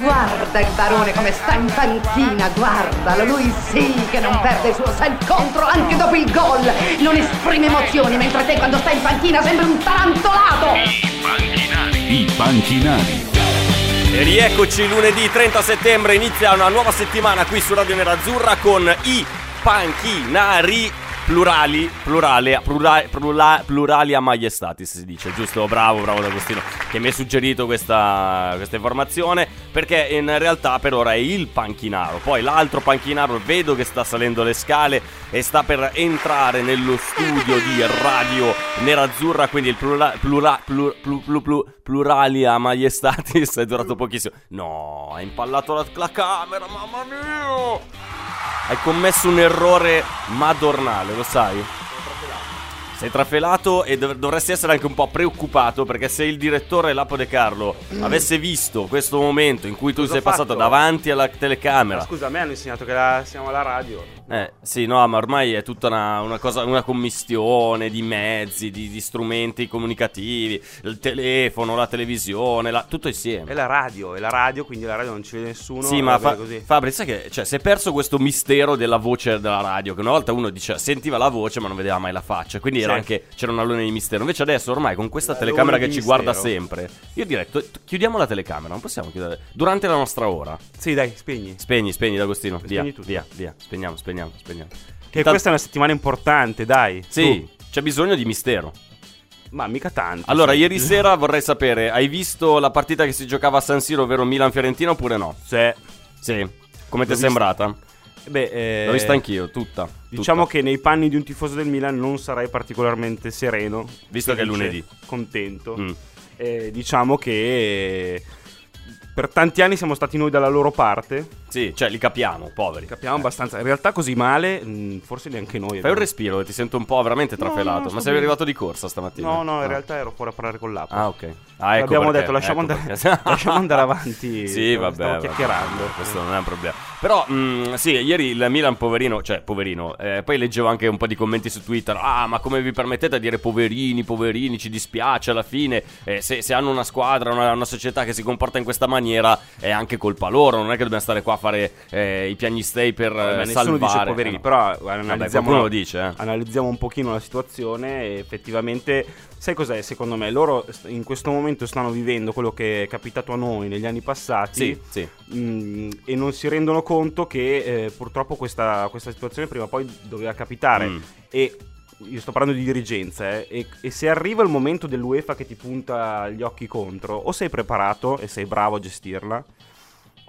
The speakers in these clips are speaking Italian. Guarda il barone come sta in panchina, guardalo, lui sì che non perde il suo self contro anche dopo il gol. Non esprime emozioni, mentre te quando stai in panchina sembri un tarantolato. I panchinari. I panchinari. E rieccoci lunedì 30 settembre, inizia una nuova settimana qui su Radio Nerazzurra con i panchinari plurali, plurale, plura- plura- plurali a maiestatis si dice, giusto? Bravo, bravo D'Agostino che mi ha suggerito questa, questa informazione perché in realtà per ora è il panchinaro, poi l'altro panchinaro vedo che sta salendo le scale e sta per entrare nello studio di Radio Nerazzurra, quindi il plura- plura- plu- plu- plu- plu- pluralia maiestatis è durato pochissimo. No, ha impallato la, la camera, mamma mia! Hai commesso un errore madornale, lo sai? Sei trafelato e dov- dovresti essere anche un po' preoccupato perché se il direttore Lapo De Carlo avesse visto questo momento in cui tu Mm. Cosa sei ho passato fatto? davanti alla Ma telecamera. scusa, a me hanno insegnato che la- siamo alla radio. Eh, sì, no, ma ormai è tutta una, una cosa, una commistione di mezzi, di, di strumenti comunicativi, il telefono, la televisione, la- tutto È insieme. la radio, è la radio, quindi la radio non ci vede nessuno. Sì, va ma bene fa- così. Fabri, sai che cioè, si è perso questo mistero della voce della radio. Che una volta uno dice, sentiva la voce, ma non vedeva mai la faccia. Quindi era Sì. anche, c'era un alone di mistero. Invece adesso, ormai, con questa L'alone telecamera che di ci mistero. guarda sempre, io direi, to- chiudiamo la telecamera. Non possiamo chiudere. Durante la nostra ora, Sì, dai, spegni. spegni, spegni, D'Agostino. Via, Spegni tutto. via, via. Spegniamo, spegniamo, spegniamo. Che Intanto- questa è una settimana importante, dai. Sì, c'è bisogno di mistero. Tu. Ma mica tanto. Allora, sì. ieri sera vorrei sapere, hai visto la partita che si giocava a San Siro, ovvero Milan-Fiorentina, oppure no? Sì. Sì. Come ti è vista. sembrata? Beh, eh, L'ho vista anch'io, tutta. Diciamo tutta. che nei panni di un tifoso del Milan non sarai particolarmente sereno. Visto che è felice, lunedì. Contento. Mm. Eh, diciamo che eh, per tanti anni siamo stati noi dalla loro parte. Sì, cioè, li capiamo, poveri. Capiamo abbastanza. In realtà così male, mh, forse neanche noi. Fai un abbiamo- respiro, ti sento un po' veramente No, no, trafelato. sto Ma sei bene. arrivato di corsa stamattina? No, no, in Ah. realtà ero fuori a parlare con l'app. Ah, ok. Ah, ecco Abbiamo perché, detto lasciamo, ecco andare, perché. lasciamo andare avanti. Sì, Stavo- vabbè. Stavo vabbè. chiacchierando. Questo non è un problema. Però, mh, sì, ieri il Milan, poverino, cioè, poverino. eh, poi leggevo anche un po' di commenti su Twitter. Ah, ma come vi permettete a dire poverini, poverini, ci dispiace alla fine. eh, se, se hanno una squadra, una, una società che si comporta in questa maniera, è anche colpa loro. Non è che dobbiamo stare qua a fare eh, i piagnistei per Vabbè, eh, nessuno salvare. dice poverini, Eh, no. però Vabbè, analizziamo, qualcuno lo dice, eh. analizziamo un pochino la situazione e effettivamente, sai cos'è secondo me? Loro st- in questo momento stanno vivendo quello che è capitato a noi negli anni passati Sì, sì. mh, e non si rendono conto che eh, purtroppo questa, questa situazione prima o poi doveva capitare Mm. e io sto parlando di dirigenza eh, e, e se arriva il momento dell'UEFA che ti punta gli occhi contro o sei preparato e sei bravo a gestirla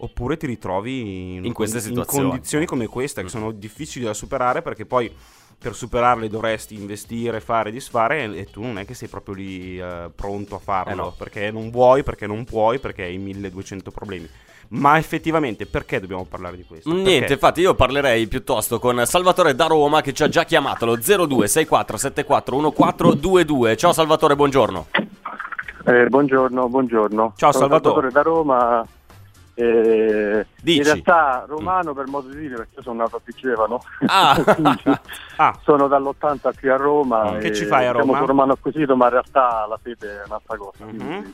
oppure ti ritrovi in, In queste con- situazioni. in condizioni come questa che Mm. sono difficili da superare perché poi per superarle dovresti investire, fare, disfare e, e tu non è che sei proprio lì eh, pronto a farlo Eh no. perché non vuoi, perché non puoi, perché hai 1200 problemi. Ma effettivamente perché dobbiamo parlare di questo? Niente, Perché? infatti io parlerei piuttosto con Salvatore da Roma che ci ha già chiamato lo 0264741422. Ciao Salvatore, buongiorno. Eh, buongiorno, buongiorno. Ciao, Sono Salvatore. da Roma. eh, Dici. In realtà romano per modo di dire perché io sono nato a Picevano. Ah. Ah, sono dall'80 qui a Roma. Mm. Che e ci fai a diciamo Roma? sono romano acquisito, ma in realtà la fede è un'altra cosa. Mhm. quindi-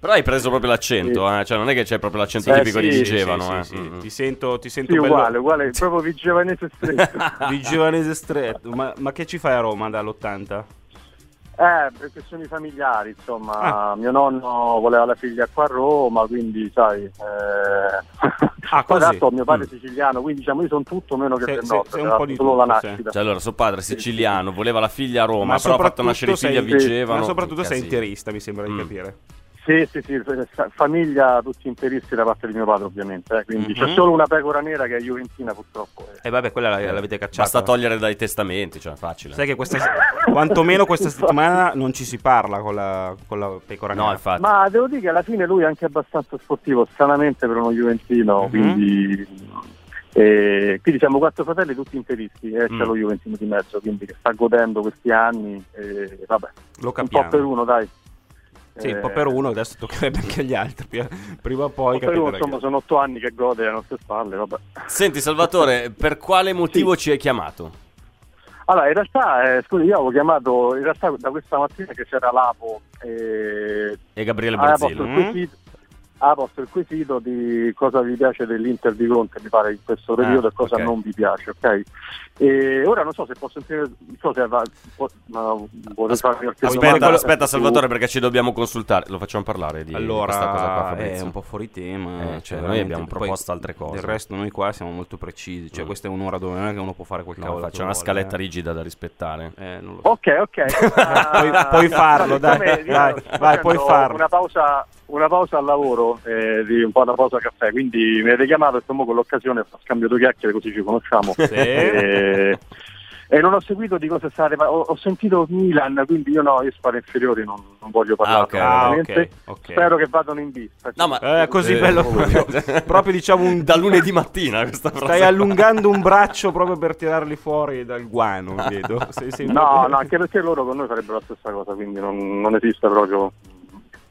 Però hai preso proprio l'accento, eh? cioè non è che c'è proprio l'accento Eh, tipico sì, di sì, Vigevano. sì, eh. sì, Mm, mm. Ti sento, ti sento sì, bello- uguale, uguale, proprio vigiovanese stesso. di giovanese stretto. Ma, ma che ci fai a Roma dall'80? Eh, per questioni familiari, insomma, Ah. mio nonno voleva la figlia qua a Roma, quindi sai. Eh... Ah, così. Poi, tra l'altro, mio Mm. padre è siciliano, quindi diciamo io sono tutto meno che Sei- per sei- nostro, sei un tra po' di solo la tutto, sì. nascita. Cioè allora, suo padre siciliano, voleva la figlia a Roma, Ma però ha fatto nascere i soprattutto figli a sei- Vigevano. Ma soprattutto Che sei casino. interista, mi sembra Mm. di capire. Sì, sì, sì, fa- famiglia tutti interisti da parte di mio padre ovviamente, eh, quindi Mhm. c'è solo una pecora nera che è Juventina purtroppo. eh. E vabbè, quella la- l'avete cacciata. Basta togliere dai testamenti, cioè facile. Sai che questa quantomeno questa settimana non ci si parla con la, con la pecora No, nera. infatti. Ma devo dire che alla fine lui è anche abbastanza sportivo, stranamente per uno Juventino, Mhm. quindi E quindi siamo quattro fratelli tutti interisti e Mm. c'è lo Juventino di mezzo, quindi che sta godendo questi anni e vabbè, Lo un capiamo. po' per uno dai. Sì, un Eh, po' per uno, adesso toccherebbe anche agli altri. prima- Prima o un poi po' per uno, capire. insomma sono otto anni che gode alle nostre spalle, vabbè. Senti Salvatore, per quale motivo ci hai chiamato? Allora, in realtà, eh, scusi, io avevo chiamato in realtà da questa mattina che c'era l'Apo eh, e E Gabriele mm? aveva Ah, posto, Borzello. il quesito, aveva posto il quesito di cosa vi piace dell'Inter di Conte, mi pare, in questo periodo e cosa Ah, ok. non vi piace, ok? E ora non so se posso sentire, non so se aveva- può- ma vuole fare qualche Aspetta, domanda. aspetta Salvatore perché ci dobbiamo consultare, lo facciamo parlare di di questa cosa qua Allora, è Fabrizio. un po' fuori tema. Eh, cioè, noi veramente. abbiamo Poi, proposto altre cose. Del resto, noi qua siamo molto precisi. Cioè, Mm. questa è un'ora dove non è che uno può fare quel No, cavolo. fa- che c'è una vuole, scaletta eh. rigida da rispettare. Eh, non lo so. Ok, ok. Puoi- puoi farlo, dai, Vabbè, io dai, sto vai, puoi facendo farlo. Una pausa, una pausa al lavoro, eh, di un po' una pausa al caffè, quindi mi avete chiamato e stiamo con l'occasione, scambio due chiacchiere così ci conosciamo. Eh, E non ho seguito di cosa state par- ho, ho sentito Milan, quindi io no, io sparo inferiori, non, non voglio parlare. ok, Ah, ok. ovviamente. ok. Spero che vadano in B. No, ma- Eh, così Eh, bello proprio. proprio. proprio diciamo un Da lunedì mattina questa frase. Stai allungando un braccio proprio per tirarli fuori dal guano, vedo. Sei- sei No, proprio- no, anche perché loro con noi farebbero la stessa cosa, quindi non, non esiste proprio.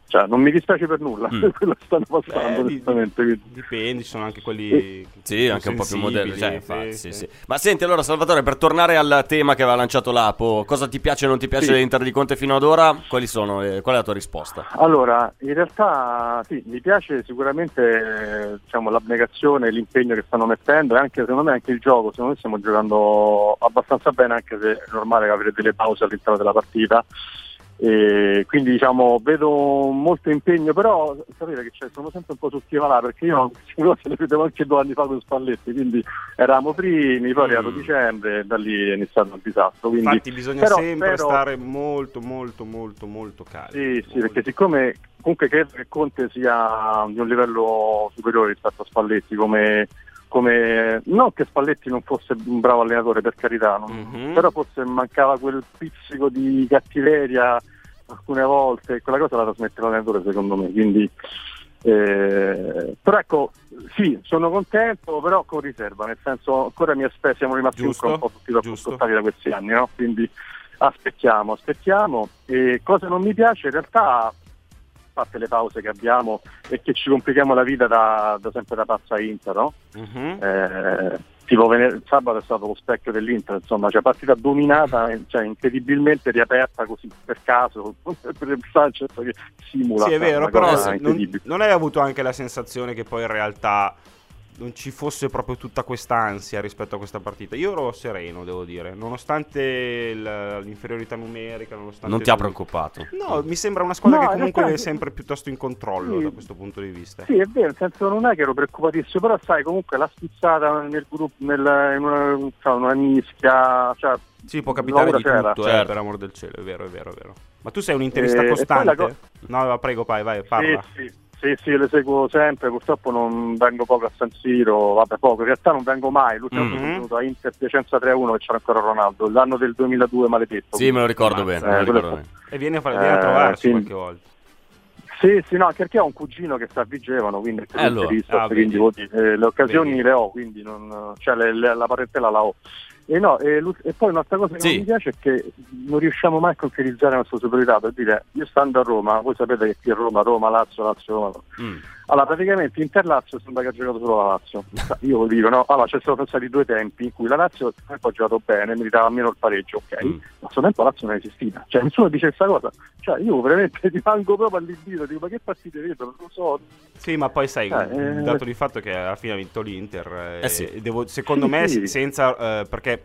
Cioè, non mi dispiace per nulla Mm. quello che stanno Eh, passando, di- onestamente. quindi. Dipende, ci sono anche quelli Sì, anche un po' più moderno. Cioè, sensibili, infatti, sì, sì, sì. sì. Ma senti, allora, Salvatore, per tornare al tema che aveva lanciato l'Apo, cosa ti piace e non ti piace Sì. dell'Inter di Conte fino ad ora? Quali sono? eh, qual è la tua risposta? Allora, in realtà sì, mi piace sicuramente eh, diciamo, l'abnegazione e l'impegno che stanno mettendo e anche secondo me anche il gioco, secondo me stiamo giocando abbastanza bene anche se è normale avere delle pause all'interno della partita. E quindi diciamo vedo molto impegno, però sapete che c'è, sono sempre un po' sul là perché io lo vedevo anche due anni fa con Spalletti, quindi eravamo primi, poi è arrivato Mm. dicembre e da lì è iniziato il disastro. Quindi, Infatti bisogna però sempre spero- stare molto, molto, molto, molto calmi. sì, sì, perché siccome comunque credo che Conte sia di un livello superiore rispetto a Spalletti, come, come- non che Spalletti non fosse un bravo allenatore, per carità, non- Mhm. però forse mancava quel pizzico di cattiveria alcune volte, quella cosa la trasmette l'allenatore secondo me, quindi... eh, però ecco, sì, sono contento, però con riserva, nel senso ancora mi aspetto, siamo rimasti Giusto, ancora un po' tutti troppo giusto. scottati da questi anni, no? Quindi aspettiamo, aspettiamo. E cosa non mi piace in realtà, a parte le pause che abbiamo e che ci complichiamo la vita da, da sempre da pazza Inter, no? Mhm. Eh, tipo vener- sabato è stato lo specchio dell'Inter, insomma, cioè partita dominata, eh, cioè, incredibilmente riaperta così per caso, per il Sanchez che simula. Sì, è cioè, vero, una però cosa se- non, incredibile. non hai avuto anche la sensazione che poi in realtà non ci fosse proprio tutta quest'ansia rispetto a questa partita. Io ero sereno, devo dire, nonostante la- l'inferiorità numerica, nonostante Non ti ha tutto. preoccupato? No, mi sembra una squadra No, che in comunque realtà- è sempre piuttosto in controllo Sì. da questo punto di vista. Sì, è vero, nel senso non è che ero preoccupatissimo, però sai, comunque la spizzata nel gruppo, nel, in una, cioè, una mischia, cioè, Sì, può capitare Laura di c'era. tutto, eh, Certo. per amor del cielo, è vero, è vero, è vero. Ma tu sei un interista Eh, e poi costante? la co- No, va, prego, vai, vai, parla. Sì, sì. Sì, sì, le seguo sempre, purtroppo non vengo poco a San Siro, vabbè poco, in realtà non vengo mai, l'ultimo Mm. Mhm. sono venuto a Inter Piacenza 3-1 che c'era ancora Ronaldo, l'anno del 2002 maledetto. Sì, me lo ricordo bene. Ammazza, me lo eh, quello ricordo è- bene. E vieni a, fare- vieni a Eh, trovarci sì. qualche volta. Sì, sì, no, anche perché ho un cugino che sta a Vigevano, quindi, è allora, interista, ah, quindi vedi. vuol dire, eh, le occasioni Vedi. le ho, quindi non, cioè, le- le- la parentela la ho. E, no, e, l'u- e poi un'altra cosa che Sì. non mi piace è che non riusciamo mai a concretizzare la nostra superiorità, per dire, io stando a Roma, voi sapete che qui a Roma, Roma, Lazio, Lazio, Roma, Mm. Allora, praticamente Inter-Lazio sembra che ha giocato solo la Lazio. Io lo dico, no? Allora, ci sono stati due tempi in cui la Lazio il tempo ha giocato bene, meritava almeno il pareggio, ok? Mm. Ma a suo tempo la Lazio non è esistita. Cioè, nessuno dice questa cosa. Cioè, io veramente rimango proprio all'indietro, dico, ma che partite vedono? Non lo so. Sì, ma poi sai, Eh, eh. dato di fatto che alla fine ha vinto l'Inter, eh, Eh sì. e devo- secondo Sì, me sì. senza, eh, perché-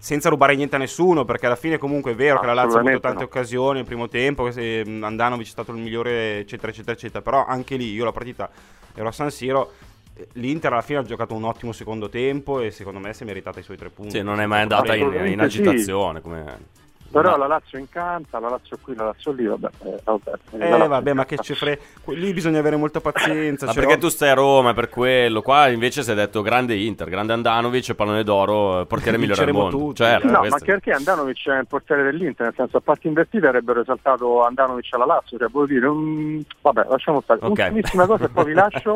senza rubare niente a nessuno, perché alla fine comunque è vero che la Lazio ha avuto Ah, Assolutamente tante no. occasioni, il primo tempo, che se, mh, Andanovic è stato il migliore, eccetera, eccetera, eccetera, però anche lì io la partita ero a San Siro, eh, l'Inter alla fine ha giocato un ottimo secondo tempo e secondo me si è meritata i suoi tre punti. Sì, non è mai andata in, in Assolutamente sì. agitazione. Come... Però la Lazio incanta, la Lazio qui, la Lazio lì, vabbè. eh, vabbè, la Eh, Lazio vabbè, ma che incanta. ci frega. Lì bisogna avere molta pazienza. Ma cioè, perché oh, tu stai a Roma, è per quello. Qua invece si è detto grande Inter, grande Andanovic, pallone d'oro, eh, portiere migliore al Vinceremo mondo. tutti. Certo, Eh, No, ma questo- anche perché Andanovic è il portiere dell'Inter, nel senso a parte invertite avrebbero esaltato Andanovic alla Lazio, cioè vuol dire, mm, vabbè lasciamo stare. Ok. Ultimissima cosa e poi vi lascio,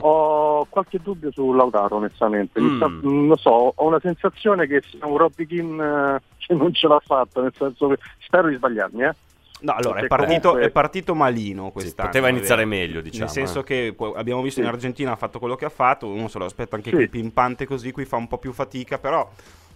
ho qualche dubbio su Lautaro onestamente, Mi Mm. sta- mm, lo so, ho una sensazione che sia un Robby Keane eh, che non ce l'ha fatta, nel senso che spero di sbagliarmi, eh. No, allora è Perché partito, comunque- è partito malino Sì, quest'anno. poteva iniziare vero? meglio, diciamo. Nel senso eh. che poi abbiamo visto in Sì. Argentina ha fatto quello che ha fatto, uno se lo aspetta anche Sì. qui pimpante così, qui fa un po' più fatica, però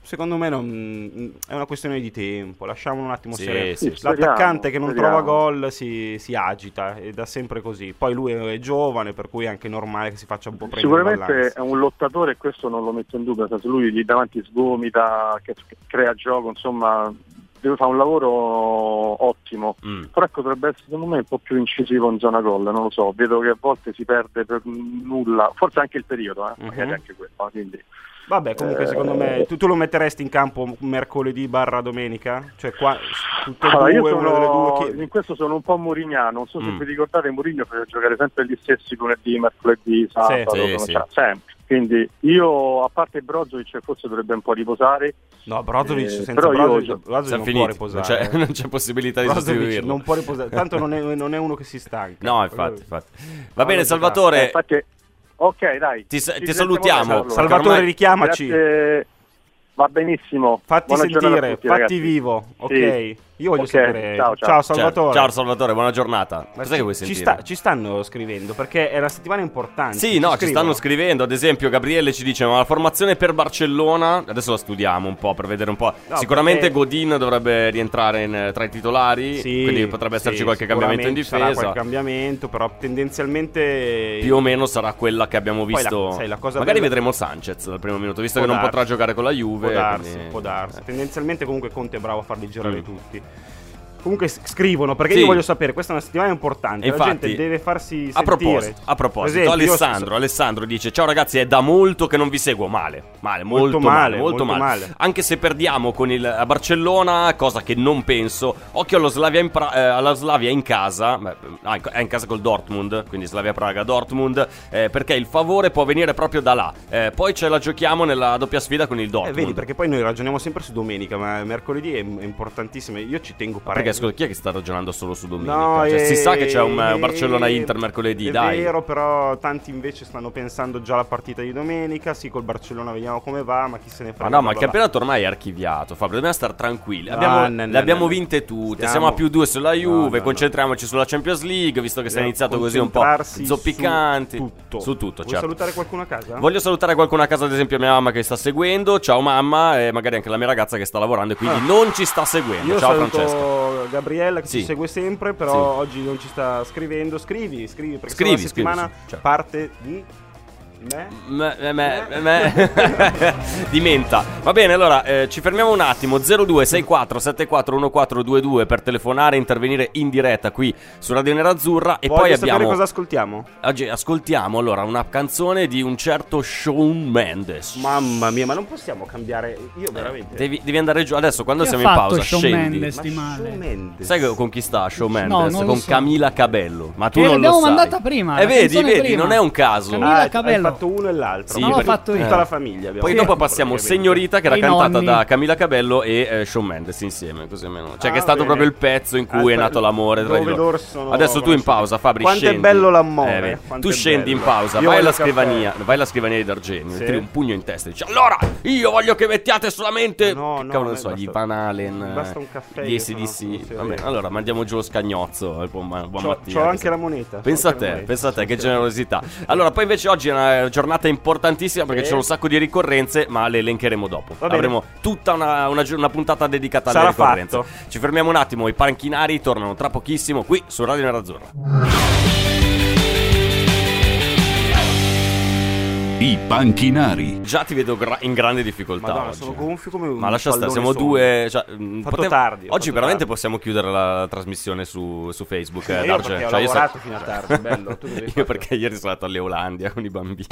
secondo me non- è una questione di tempo, lasciamo un attimo Sì, sereno. sì, sì. L'attaccante Speriamo, che non speriamo. trova gol si, si agita, è da sempre così. Poi lui è giovane, per cui è anche normale che si faccia un po' prendere Sicuramente ballanza. è un lottatore e questo non lo metto in dubbio, nel senso lui lì davanti sgomita, che- che crea gioco, insomma deve fare un lavoro ottimo. Mm. Però ecco, dovrebbe essere secondo me un po' più incisivo in zona gol, non lo so, vedo che a volte si perde per nulla, forse anche il periodo, eh? magari Mhm. anche quello, quindi Vabbè, comunque, Eh, secondo me, tu, tu lo metteresti in campo mercoledì barra domenica? Cioè, qua, s- tutte e Allora, due, io una delle sono, due. in Chi... questo sono un po' Murignano, non so se Mm. vi ricordate Mourinho faceva giocare sempre gli stessi lunedì, mercoledì, sabato, Sì, come sì. sa- sempre. Quindi io, a parte Brozovic, forse dovrebbe un po' riposare, No, Brozovic, Eh, senza però io- Brozovic, Siamo Brozovic non può finiti. Non riposare. c'è, non c'è possibilità di Brozovic sostituirlo. non può riposare. Tanto non è, non è uno che si stanca. No, infatti, infatti. Va Allora, bene, ci sta. Eh, Salvatore. infatti, ok, dai. Ti sa- Ci ti sentiamo salutiamo. adesso, allora. Salvatore, ormai- richiamaci. Grazie. Va benissimo. Fatti Buona giornata a sentire, tutti, fatti ragazzi. vivo. Sì. Ok, io voglio Ok, sapere. Ciao, ciao. Ciao, Salvatore. Ciao, Salvatore, buona giornata. Ma Cos'è che vuoi ci, sentire? ci sta- ci stanno scrivendo perché è una settimana importante. Sì, no, ci stanno scrivono. scrivendo. Ad esempio, Gabriele ci dice: Ma la formazione per Barcellona. Adesso la studiamo un po' per vedere un po'. No, Sicuramente perché- Godin dovrebbe rientrare in- tra i titolari. Sì, quindi potrebbe esserci sì, qualche cambiamento in sicuramente ci sarà difesa. qualche cambiamento, però tendenzialmente Più o meno sarà quella che abbiamo Poi la- visto. sai, la cosa Magari bella- vedremo Sanchez dal primo minuto, visto Può che non potrà darsi. giocare con la Juve. Può darsi, quindi- può darsi. Eh. Tendenzialmente comunque Conte è bravo a farli girare Mm. tutti. Comunque s- scrivono perché Sì. io voglio sapere, questa è una settimana importante, E la infatti, gente deve farsi A sentire. proposito, a Per proposito esempio, io- Alessandro, Alessandro dice: Ciao ragazzi, è da molto che non vi seguo. Male, male, molto, Molto male, male, molto molto male. male. Anche se perdiamo con il a Barcellona, cosa che non penso. Occhio allo Slavia in Pra- eh, alla Slavia in casa. beh, ah, in- è in casa col Dortmund, quindi Slavia Praga, Dortmund. eh, perché il favore può venire proprio da là. Eh, poi ce la giochiamo nella doppia sfida con il eh, Dortmund. vedi, perché poi noi ragioniamo sempre su domenica, ma mercoledì è, è importantissimo. e Io ci tengo Perché, parecchio. scusa, chi è che sta ragionando solo su domenica? No, Cioè, eh, si sa che c'è un, eh, un Barcellona-Inter eh, mercoledì, è dai. vero, però tanti invece stanno pensando già alla partita di domenica. Sì, col Barcellona vediamo come va, ma chi se ne Ma frega. no, ma bla il bla bla. campionato ormai è archiviato, Fabio, dobbiamo stare tranquilli. No, Abbiamo- no, no, le abbiamo no, no. vinte tutte, Stiamo- siamo a più due sulla No, Juve, no, no. concentriamoci sulla Champions League, visto che si è Bisogna iniziato così un po' concentrarsi zoppicanti. Su tutto. Su tutto, Vuoi certo. salutare qualcuno a casa? Voglio salutare qualcuno a casa, ad esempio mia mamma che sta seguendo, ciao mamma, e magari anche la mia ragazza che sta lavorando e quindi Ah. non ci sta seguendo. Io ciao saluto Francesco. Gabriella che ci Sì. segue sempre, però Sì. oggi non ci sta scrivendo. Scrivi, scrivi, perché Scrivi, sennò scrivi, la settimana sì. cioè. Ciao. parte di me. Me- me- me- me- di menta. Va bene, allora eh, ci fermiamo un attimo. 0264 741422 per telefonare e intervenire in diretta qui su Radio Nerazzurra. E Voglio poi sapere abbiamo. cosa ascoltiamo. Oggi ascoltiamo allora una canzone di un certo Shawn Mendes. Mamma mia, ma non possiamo cambiare. Io veramente. Eh, Devi, devi andare giù adesso quando Chi ha siamo in fatto pausa. Shawn scendi. Mendes? Ma Sti male. Shawn Mendes. Sai che- con chi sta Shawn No, Mendes? non lo con so. Camila Cabello. Ma tu Che non lo l'abbiamo sai. mandata prima, E la vedi, canzone vedi, prima. non è un caso. Camila- Ah, hai Cabello. fatto uno e l'altro. Sì, ma l'ho perché fatto io. Tutta la famiglia. abbiamo Poi Sì. dopo fatto, passiamo praticamente. Signorita che era E i cantata nonni. da Camila Cabello e eh, Shawn Mendes insieme, così almeno. Cioè Ah, che è stato bene. proprio il pezzo in cui è Aspetta, nato l'amore tra dove i loro. loro sono Adesso tu in conosciuti. pausa, Fabri Quanto è scendi. Eh, bello l'amore, vedi. quanto tu è scendi in bello. pausa, Io vai voglio alla il caffè. scrivania, vai alla scrivania di D'Argenio, Sì. tiri un pugno in testa e dici "Allora, io voglio che mettiate solamente No, che no, cavolo ne a me so, gli basta- Van Halen, mi basta un caffè, gli io sono- sono ACDC. serio. Vabbè, allora mandiamo giù lo scagnozzo e buon, ma- buon C'ho- mattina, c'ho che anche sei- la moneta, c'ho Pensa a anche la te, moneta, pensa a te sono che serio. generosità. Allora, poi invece oggi è una eh, giornata importantissima perché Sì. c'è un sacco di ricorrenze, ma le elencheremo dopo. Va bene. Avremo tutta una, una gio- una puntata dedicata alle Sarà ricorrenze. fatto. Ci fermiamo un attimo, i panchinari tornano tra pochissimo qui su Radio Nerazzurra. I panchinari. Già ti vedo gra- in grande difficoltà Madonna, oggi. eh. sono gonfio come un Ma lascia stare, siamo due. pallone sono. cioè, mh, Fatto potev- tardi, ho Oggi fatto veramente tardi. possiamo chiudere la trasmissione su, su Facebook. eh, Io Darge. perché ho Cioè, io lavorato fino a tardi, bello, tu cosa hai io fatto? perché ieri sono andato all'Eulandia con i bambini.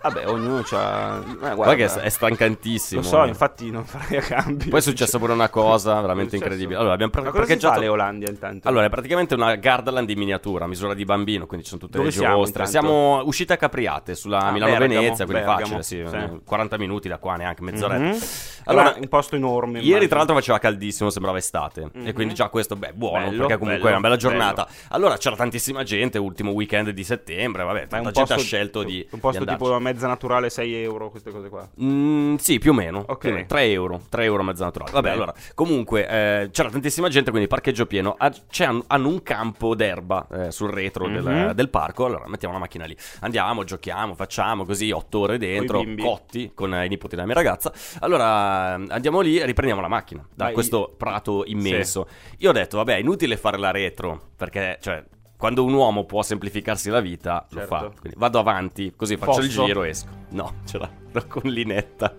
Vabbè, ognuno c'ha. eh, guarda, Guarda che è, è stancantissimo. Lo so, infatti non farei a cambi. Poi è successa pure una cosa veramente È successo. incredibile. Allora, abbiamo par- Ma cosa si parcheggiato fa le Olandia intanto? Allora, è praticamente una Gardaland in miniatura, a misura di bambino, quindi ci sono tutte Dove le siamo, giostre. intanto? Siamo uscite a Capriate sulla Ah, Milano-Venezia, Bergamo, quindi Bergamo, facile, sì, sì. 40 minuti da qua, neanche mezz'oretta. Mhm. Allora, Era un posto enorme. Ieri, immagino. tra l'altro, faceva caldissimo, sembrava estate. E Mhm. quindi già questo, beh, buono, Bello, perché comunque bello, è una bella giornata. Allora, c'era tantissima gente, ultimo weekend di settembre, vabbè, Ma è tanta un gente posto, ha scelto di Un posto di tipo andarci. a mezza naturale 6 euro, queste cose qua. Mm, sì, più o meno. Ok. più o meno. 3 euro, 3 euro mezza naturale. Vabbè, Ok. allora, comunque eh, c'era tantissima gente, quindi parcheggio pieno. Ah, c'è- hanno- hanno un campo d'erba eh, sul retro del- del, Mhm. parco. Allora, mettiamo la macchina lì. Andiamo, giochiamo, facciamo così 8 ore dentro, bimbi. cotti con eh, i nipoti della mia ragazza. Allora, eh, andiamo lì e riprendiamo la macchina da Vai. questo prato immenso. Io ho detto, vabbè, è inutile fare la retro, perché, cioè... Quando un uomo può semplificarsi la vita, lo Certo. fa. Quindi vado avanti, così faccio il Posso? giro e esco. No, ce l'ho con Linetta.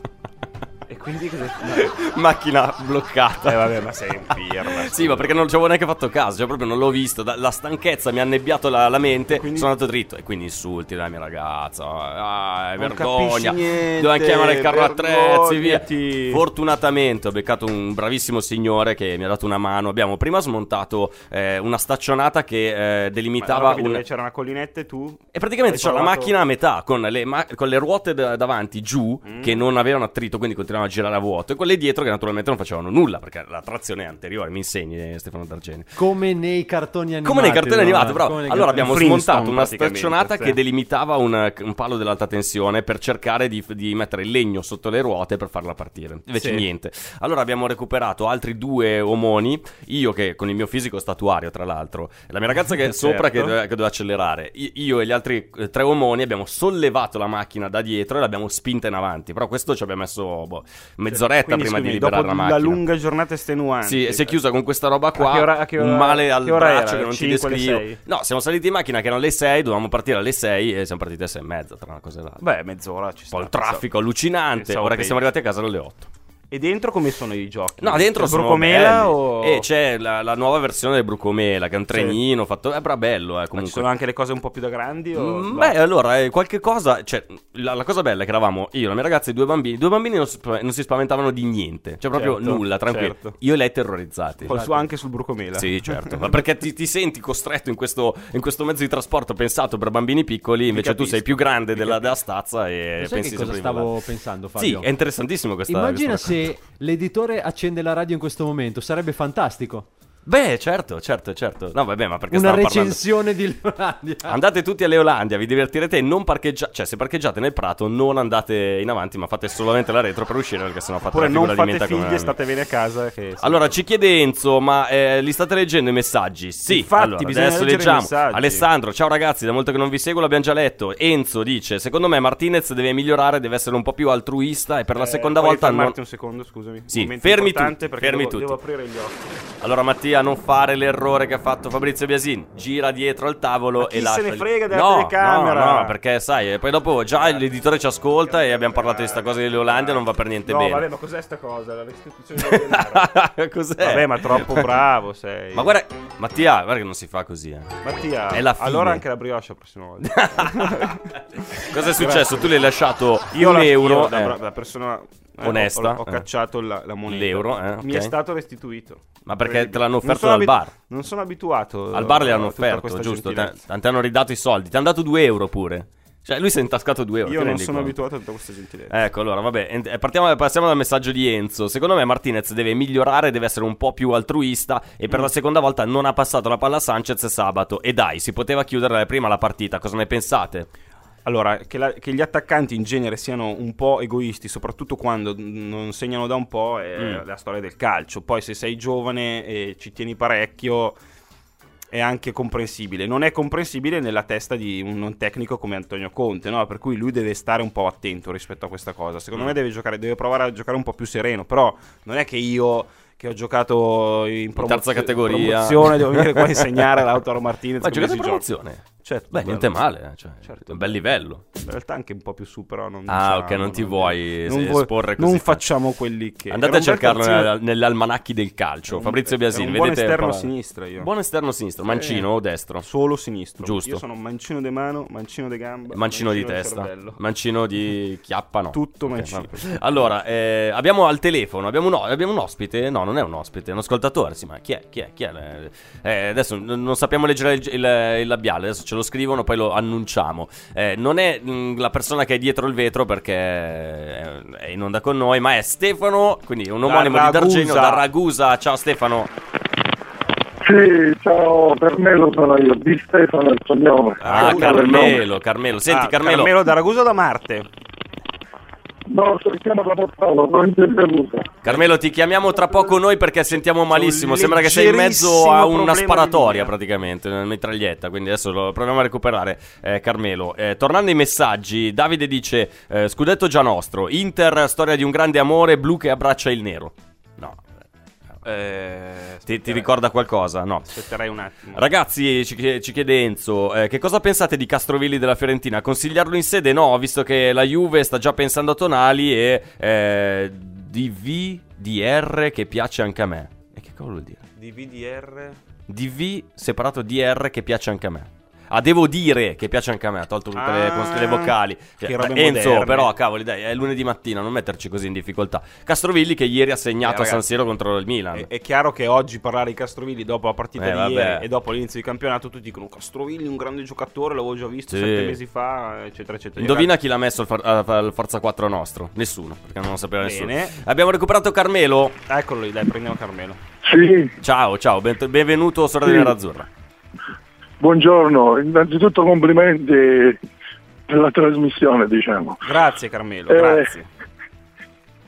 E quindi cosa. Macchina bloccata. Eh, vabbè, ma sei un pirla, Sì, ma perché non ci avevo neanche fatto caso, cioè proprio non l'ho visto. da- la stanchezza mi ha annebbiato la, la mente. Quindi- Sono andato dritto. E quindi insulti la mia ragazza. Ah, è Non vergogna. capisci niente, Doveva chiamare il carro attrezzi. Via. vergognati. Fortunatamente ho beccato un bravissimo signore che mi ha dato una mano. Abbiamo prima smontato eh, una staccionata che eh, delimitava Allora, un, dove c'era una collinetta e tu. e praticamente Hai c'era la provato- macchina a metà con le, ma- con le ruote da- davanti giù Mm. che non avevano attrito, quindi continuavano a girare a vuoto, e quelle dietro che naturalmente non facevano nulla perché la trazione è anteriore. Mi insegni, eh, Stefano D'Argeni. Come nei cartoni animati. Come nei eh, cartoni no? animati, bravo. Come nei Allora cartoni- abbiamo Flintstone, smontato una praticamente, staccionata sì. che delimitava un, un palo dell'alta tensione per cercare di, di mettere il legno sotto le ruote per farla partire. Invece Sì. niente. Allora abbiamo recuperato altri due omoni. Io che con il mio fisico statuario, tra l'altro, e la mia ragazza che è sopra che Certo. doveva, che doveva accelerare. I- Io e gli altri eh, tre omoni abbiamo sollevato la macchina da dietro e l'abbiamo spinta in avanti. Però questo ci abbiamo messo boh, mezz'oretta Quindi, prima di scusami, liberare dopo la macchina. lunga giornata estenuante. cioè. Sì, e si è chiusa con questa roba qua. A che ora- a che un ora- male al che ora braccio era? che non ti Cinque, le descrivo. sei? No, siamo saliti in macchina che erano le 6, dovevamo partire alle 6 e siamo partiti alle 6 e mezza tra una cosa e l'altra. Beh, mezz'ora ci sta. Poi il traffico allucinante. pensavo Ora che peggio. siamo arrivati a casa alle 8. E dentro come sono i giochi? No, dentro C'è sono belli. Brocomela o. E c'è la, la nuova versione del Brucomela, che è un trenino fatto... È bello, eh, Ma ci comunque. sono anche le cose un po' più da grandi? O... Mm, no? Beh, allora, eh, qualche cosa. Cioè, la, la cosa bella è che eravamo io, la mia ragazza e due bambini. Due bambini non, sp- non si spaventavano di niente, cioè proprio Certo, nulla, tranquillo. certo. Io e lei terrorizzati. Col suo anche sul Brucomela. esatto. Sì, certo. Ma perché ti, ti senti costretto in questo, in questo mezzo di trasporto pensato per bambini piccoli, invece tu capisco, sei più grande mi della, capisco. della stazza e Lo sai Eh, pensi che cosa sempre di stavo volare. pensando, Sì, Fabio? è interessantissimo questa Immagina questa racconto. se l'editore accende la radio in questo momento, sarebbe fantastico. Beh, certo, certo, certo. No, vabbè, ma perché Una stavamo parlando... Ah. recensione di Leolandia. Andate tutti all'Eolandia, vi divertirete e non parcheggiate. Cioè, se parcheggiate nel prato, non andate in avanti, ma fate solamente la retro per uscire, perché sennò fate Oppure una figura non di fate menta come figli una- e state bene a casa. Che... eh. Allora, ci chiede Enzo, ma eh, li state leggendo i messaggi? Sì, Infatti, allora, bisogna adesso leggere i leggiamo. messaggi. Alessandro, ciao ragazzi, da molto che non vi seguo, l'abbiamo già letto. Enzo dice, secondo me Martinez deve migliorare, deve essere un po' più altruista e per la Eh, seconda puoi volta... fermarti non- un secondo, scusami. Sì, Un momento fermi importante tutti, perché fermi devo, tutti. devo aprire gli occhi. Allora Mattia, non fare l'errore che ha fatto Fabrizio Biasin. Gira dietro al tavolo Ma chi e se lascia... ne lì. frega della no, telecamera? No, no, perché sai, e poi dopo già l'editore ci ascolta e abbiamo parlato di sta cosa dell'Olanda, non va per niente No, bene. vabbè, ma cos'è sta cosa? La restituzione del denaro. Cos'è? Vabbè, ma troppo bravo sei. Ma guarda, Mattia, guarda che non si fa così, eh. Mattia, È la fine. allora anche la brioche la prossima volta. Cosa è successo? Tu le hai lasciato Io un la- euro. io da, eh, bra- da persona eh, Onesta, Ho, ho eh. cacciato la, la moneta. L'euro, eh, ok. Mi è stato restituito. Ma perché te l'hanno Non offerto sono dal abi- bar? Non sono abituato. Al bar le hanno a tutta offerto, questa giusto? Te, gentilezza. te hanno ridato i soldi. Ti hanno dato 2 euro pure. Cioè, lui si è intascato 2 euro. ti Io non rendi sono conto? abituato a tutta questa gentilezza. Ecco, allora, vabbè, ent- eh, partiamo- passiamo dal messaggio di Enzo. Secondo me Martinez deve migliorare, deve essere un po' più altruista e Mm. per la seconda volta non ha passato la palla a Sanchez sabato. E dai, si poteva chiudere prima la partita, cosa ne pensate? Allora, che, la- che gli attaccanti in genere siano un po' egoisti, soprattutto quando n- non segnano da un po', è Mm. la storia del calcio. Poi se sei giovane e ci tieni parecchio, è anche comprensibile. Non è comprensibile nella testa di un un tecnico come Antonio Conte, no? Per cui lui deve stare un po' attento rispetto a questa cosa. Secondo Mm. me deve, giocare, deve provare a giocare un po' più sereno, però non è che io... Che ho giocato in, promozio- terza categoria. promozione, devo venire qua a insegnare all'Autaro Martinez. Ma come giocate in si gioca. promozione? Certo, Beh, bello. niente male, eh, cioè, Certo. un bel livello. In realtà anche un po' più su, però non Ah, diciamo, ok, non ti vuoi non esporre vuoi- così Non tanto. facciamo quelli Andate che... era a un bel cercarlo eh, calzino- nella- nell'almanacchi del calcio. un- Fabrizio era eh, un Biasini, buon vedete. esterno parlare. sinistro io. Buon esterno sinistro, mancino o destro? Eh, Solo sinistro. Giusto. Io sono mancino di mano, mancino di gamba, Mancino di testa, cervello. mancino di chiappa, no. Tutto Ok, mancino. vabbè. allora, eh, abbiamo al telefono, abbiamo un, o- abbiamo un ospite, no, non è un ospite, è un ascoltatore, sì, ma chi è? Chi è? Chi è? Eh, adesso n- non sappiamo leggere il, il- il labiale, adesso ce lo scrivono, poi lo annunciamo. Eh, non è mh, la persona che è dietro il vetro perché è è in onda con noi, ma è Stefano, quindi un Da omonimo di D'Argenio Ragusa. da Ragusa. Ciao Stefano. Sì, ciao, Carmelo sono io, Di Stefano è il cognome. Ah, Uno del nome. Carmelo, Carmelo. Senti, Ah, Carmelo. Eh, Carmelo da Ragusa o da Marte? Eh, No, sto chiamando da Portalo, provincia di Perugia. Carmelo, ti chiamiamo tra poco noi perché sentiamo malissimo. un Sembra che sei in mezzo a leggerissimo una problema di sparatoria, linea. praticamente, una mitraglietta. Quindi adesso lo proviamo a recuperare, eh, Carmelo. Eh, tornando ai messaggi, Davide dice: eh, Scudetto già nostro, Inter, storia di un grande amore, blu che abbraccia il nero. No, Eh, ti, ti ricorda qualcosa? No. Aspetterai un attimo. Ragazzi, ci, chie- ci chiede Enzo, eh, che cosa pensate di Castrovilli della Fiorentina? Consigliarlo in sede? No, visto che la Juve sta già pensando a Tonali e eh, DV, DR che piace anche a me. E che cosa vuol dire? DVDR... DV separato DR che piace anche a me. Ah, devo dire che piace anche a me, ha tolto tutte le, Ah, con- le vocali. che Cioè, robe Enzo, moderne. però, cavoli, dai, è lunedì mattina, non metterci così in difficoltà. Castrovilli che ieri ha segnato Eh, a San ragazzi, Eh, Siro contro il Milan. È, è chiaro che oggi parlare di Castrovilli dopo la partita Eh, di vabbè. ieri e dopo l'inizio di campionato tutti dicono Castrovilli un grande giocatore, l'avevo già visto Sì. sette mesi fa, eccetera, eccetera. Indovina chi l'ha messo al, for- al Forza 4 nostro? Nessuno, perché non lo sapeva Bene. nessuno. Abbiamo recuperato Carmelo. Eccolo lì, dai, prendiamo Carmelo. Sì, Ciao, ciao, ben- benvenuto Sorella Mm. Sì. Nerazzurra. buongiorno, innanzitutto complimenti per la trasmissione, diciamo. Grazie Carmelo, Eh, grazie.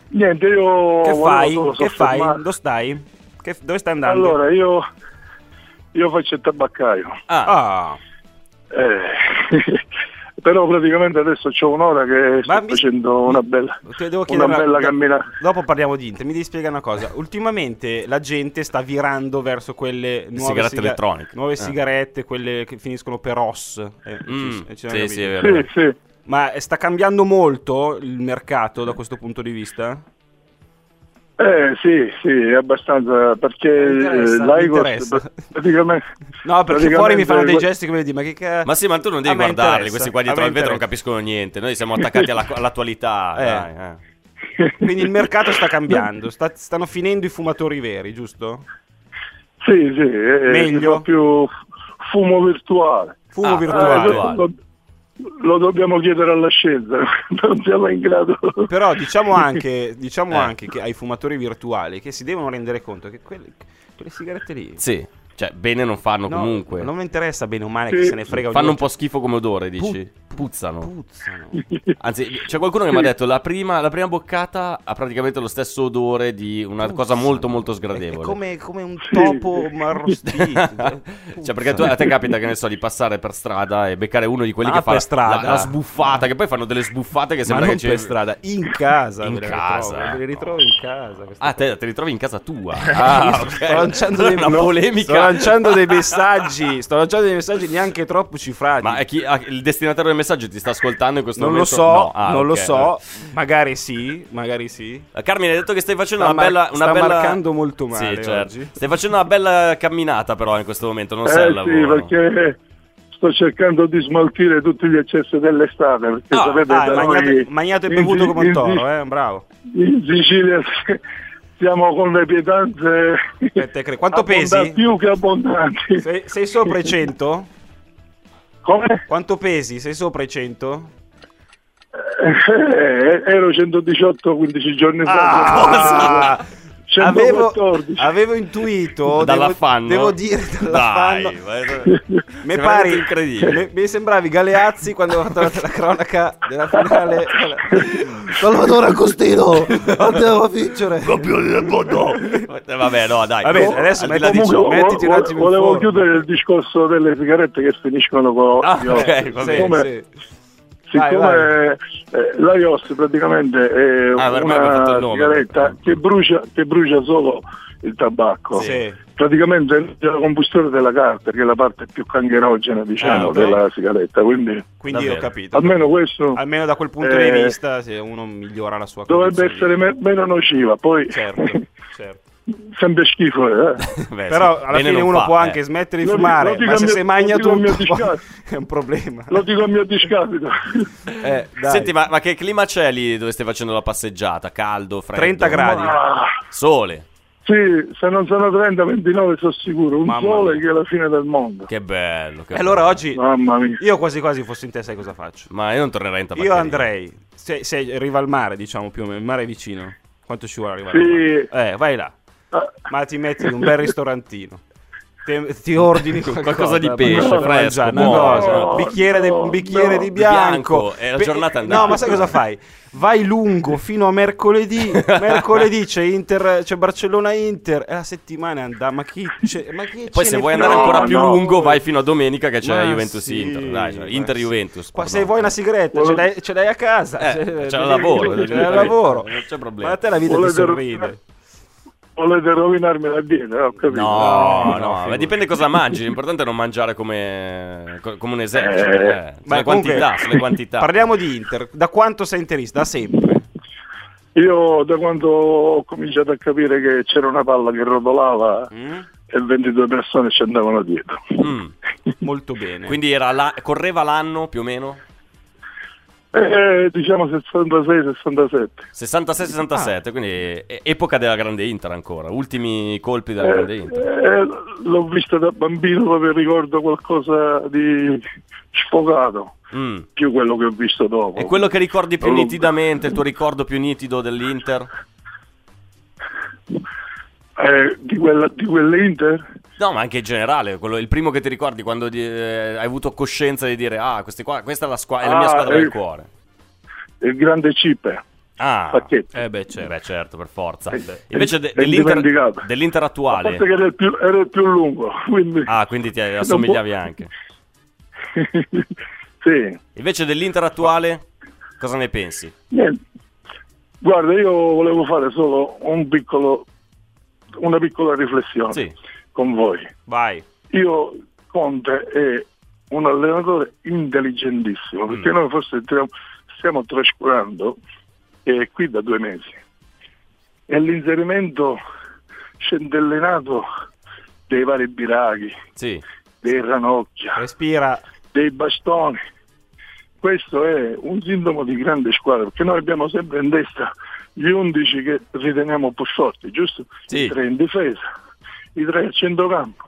Niente, io... Che volevo fai? solo Che fai? soffermarmi- Dove stai? Che- dove stai andando? Allora, io, io faccio il tabaccaio, Ah, Ah, eh, però praticamente adesso c'ho un'ora che sto Ma mi- facendo una bella, te devo una chiedere bella do- camminata. Dopo parliamo di Inter. Mi devi spiegare una cosa. Ultimamente la gente sta virando verso quelle nuove Sigarette elettroniche. Nuove Eh. sigarette, quelle che finiscono per OS. Eh, Mm, ci- ci siamo sì, capiti. sì, è vero. Sì, sì. Ma sta cambiando molto il mercato da questo punto di vista? Eh sì, sì, è abbastanza perché Mi interessa, eh, mi l'Aigos interessa. pr- praticamente No, perché praticamente- fuori mi fanno dei gesti come di ma che cazzo. Ma sì, ma tu non A devi me guardarli, interessa, questi qua a dietro me al vetro non interessa. capiscono niente. Noi siamo attaccati alla- all'attualità. Eh. dai, eh. Quindi il mercato sta cambiando, sta- stanno finendo i fumatori veri, giusto? Sì, sì, eh, Meglio? si fa più fumo virtuale. Fumo Ah, Eh, virtuale. virtuale. questo lo, lo dobbiamo chiedere alla scienza, non siamo in grado. Però diciamo anche, diciamo Eh. anche che ai fumatori virtuali che si devono rendere conto che quelle, quelle sigarette lì Sì, cioè, bene non fanno No, comunque. Non mi interessa bene o male Sì. che se ne frega fanno un ognuno. po' schifo come odore, dici? Puzzano. puzzano. Anzi, c'è qualcuno che mi ha detto la prima, la prima boccata ha praticamente lo stesso odore di una cosa Puzzano. molto molto È, sgradevole. è come, come un topo marrostito. cioè, perché tu- a te capita che ne so di passare per strada e beccare uno di quelli Ah, che fa per strada. La, la sbuffata, che poi fanno delle sbuffate che Ma sembra non che c'è per strada, in casa. In me le casa, ritrovo, me le ritrovo in casa. queste Ah, cose. te te li trovi in casa tua. Ah, ok. Eh, Sto lanciando, Allora dei, è una no, polemica. sto lanciando dei messaggi. Sto lanciando dei messaggi neanche troppo cifrati. Ma è chi- ah, il destinatario del messaggio ti sta ascoltando in questo non lo momento? so, No. Ah, non lo ok. so. Magari sì, magari sì. Eh, Carmine, hai detto che stai facendo Sta una bella. mar- Una sta bella... marcando molto male Sì, certo. oggi. Stai facendo una bella camminata, però, in questo momento. Non Eh sei al sì, lavoro. perché sto cercando di smaltire tutti gli eccessi dell'estate, perché Ah, sapete ah, da noi magnato, magnato e in bevuto Si- come un in toro, Si- eh, bravo. In Sicilia siamo con le pietanze Aspetta, Eh, cre- quanto abbonda- pesi? più che abbondanti. Sei, sei sopra i 100? Come? Quanto pesi? Sei sopra i 100? Eh, ero 118 15 giorni fa. Cioè, Ah, avevo, 114. avevo intuito Dall'affanno? Devo, devo dire dall'affanno. Dai, vai- Mi veramente pare incredibile. mi- mi sembravi Galeazzi quando ho fatto la, la cronaca Ah, della finale. Salvatore Agostino, andiamo a vincere. Eh, Vabbè, no, dai. Vabbè, adesso Al di là metti- di ciò- Comunque, vo- mettiti un attimo in volevo forma. chiudere il discorso delle sigarette che finiscono con Ah, io- ok, va bene, come, Sì, sì. Vai, siccome eh, l'Aios praticamente è Ah, per me aveva fatto una il nome. sigaretta che brucia, che brucia solo il tabacco. Sì. Praticamente è la combustione della carta, che è la parte più cancerogena diciamo, Ah, ok. della sigaretta. Quindi Quindi Va ho bene. capito. almeno questo Almeno da quel punto eh, di vista, se uno migliora la sua dovrebbe condizione essere di- me- meno nociva. Poi Certo, certo. sempre schifo. Eh. Beh, Però sì, alla bene fine non uno fa, può eh. anche smettere di Lo dico- fumare, lo dico ma a se mio- si magna lo dico a mio tutto poi discapito. è un problema. Lo dico a mio discapito. Eh, dai. Senti, ma, ma che clima c'è lì dove stai facendo la passeggiata? Caldo, freddo? 30 gradi. Ah, Sole. sì, se non sono 30, 29 sono sicuro. Un Mamma sole mia. che è la fine del mondo. Che bello. Che E allora bello. oggi Mamma mia. io quasi quasi fossi in te, sai cosa faccio? Ma io non tornerei in tabaccheria. Io andrei, se, se arriva al mare, diciamo più o meno, il mare è vicino. Quanto ci vuole arrivare? al Sì. mare? Eh, vai là. Ah, Ma ti metti in un bel ristorantino. Te- ti ordini qualcosa, Qualcosa di da pesce, mangiare, fresco, una buono. cosa, No, un bicchiere, de- un no, bicchiere no. di Di bianco. bianco, è la giornata eh, andata. No, ma sai cosa fai? Vai lungo fino a mercoledì. mercoledì c'è, Inter, c'è Barcellona-Inter. E la settimana andata. Ma chi, c'è, ma chi Poi ce se ne vuoi frega? andare ancora più no. lungo vai fino a domenica che c'è Ma Juventus-Inter. sì, Cioè, Dai, ma cioè, Inter-Juventus. Qua, se pardon. vuoi una sigaretta, ce l'hai, ce l'hai a casa. Eh, Cioè, c'è il lavoro, C'è il evidentemente. lavoro. Non c'è problema. Ma a te la vita ti Volete sorride. rovinare- Volete rovinarmi la dieta? Ho capito. No, no, no, ma figurati. dipende cosa mangi. L'importante è non mangiare come, co- come un esercito. Eh, eh. Sulle Ma comunque, quantità, sulle quantità. Parliamo di Inter. Da quanto sei interista? Da sempre. Io da quando ho cominciato a capire che c'era una palla che rotolava e 22 persone ci andavano dietro. Mm. Molto bene. Quindi era la- correva l'anno più o meno? Eh, diciamo 66-67. 66-67, Ah. quindi eh, epoca della grande Inter ancora. Ultimi colpi della grande Inter. Eh, l'ho vista da bambino proprio ricordo qualcosa di sfocato, Mm. più quello che ho visto dopo. E quello che ricordi più Non lo- nitidamente, il tuo ricordo più nitido dell'Inter? Eh, di, quella, di quell'Inter? No, ma anche in generale, quello, il primo che ti ricordi quando di- eh, hai avuto coscienza di dire ah, questi qua, questa è la, squa- è la mia Ah, squadra del eh. cuore. Il grande Cipe. Ah, Facchetti. eh beh, certo. Beh, certo, per forza. Eh, Invece eh, de- è dell'Inter, dimenticato. dell'Inter A parte che attuale. era il più, era il più lungo, quindi... Ah, quindi ti Non assomigliavi può- anche. sì, Invece dell'Inter attuale, cosa ne pensi? niente. Guarda, io volevo fare solo un piccolo, una piccola riflessione Sì. con voi. Vai. Io Conte è un allenatore intelligentissimo, perché noi forse tra- stiamo trascurando, e è qui da due mesi, è l'inserimento scendellenato dei vari Biraghi, Sì. dei Ranocchia, Respira. dei bastoni. Questo è un sintomo di grande squadra, perché noi abbiamo sempre in testa gli 11 che riteniamo più forti, giusto? Sì. I tre in difesa, i tre a centrocampo.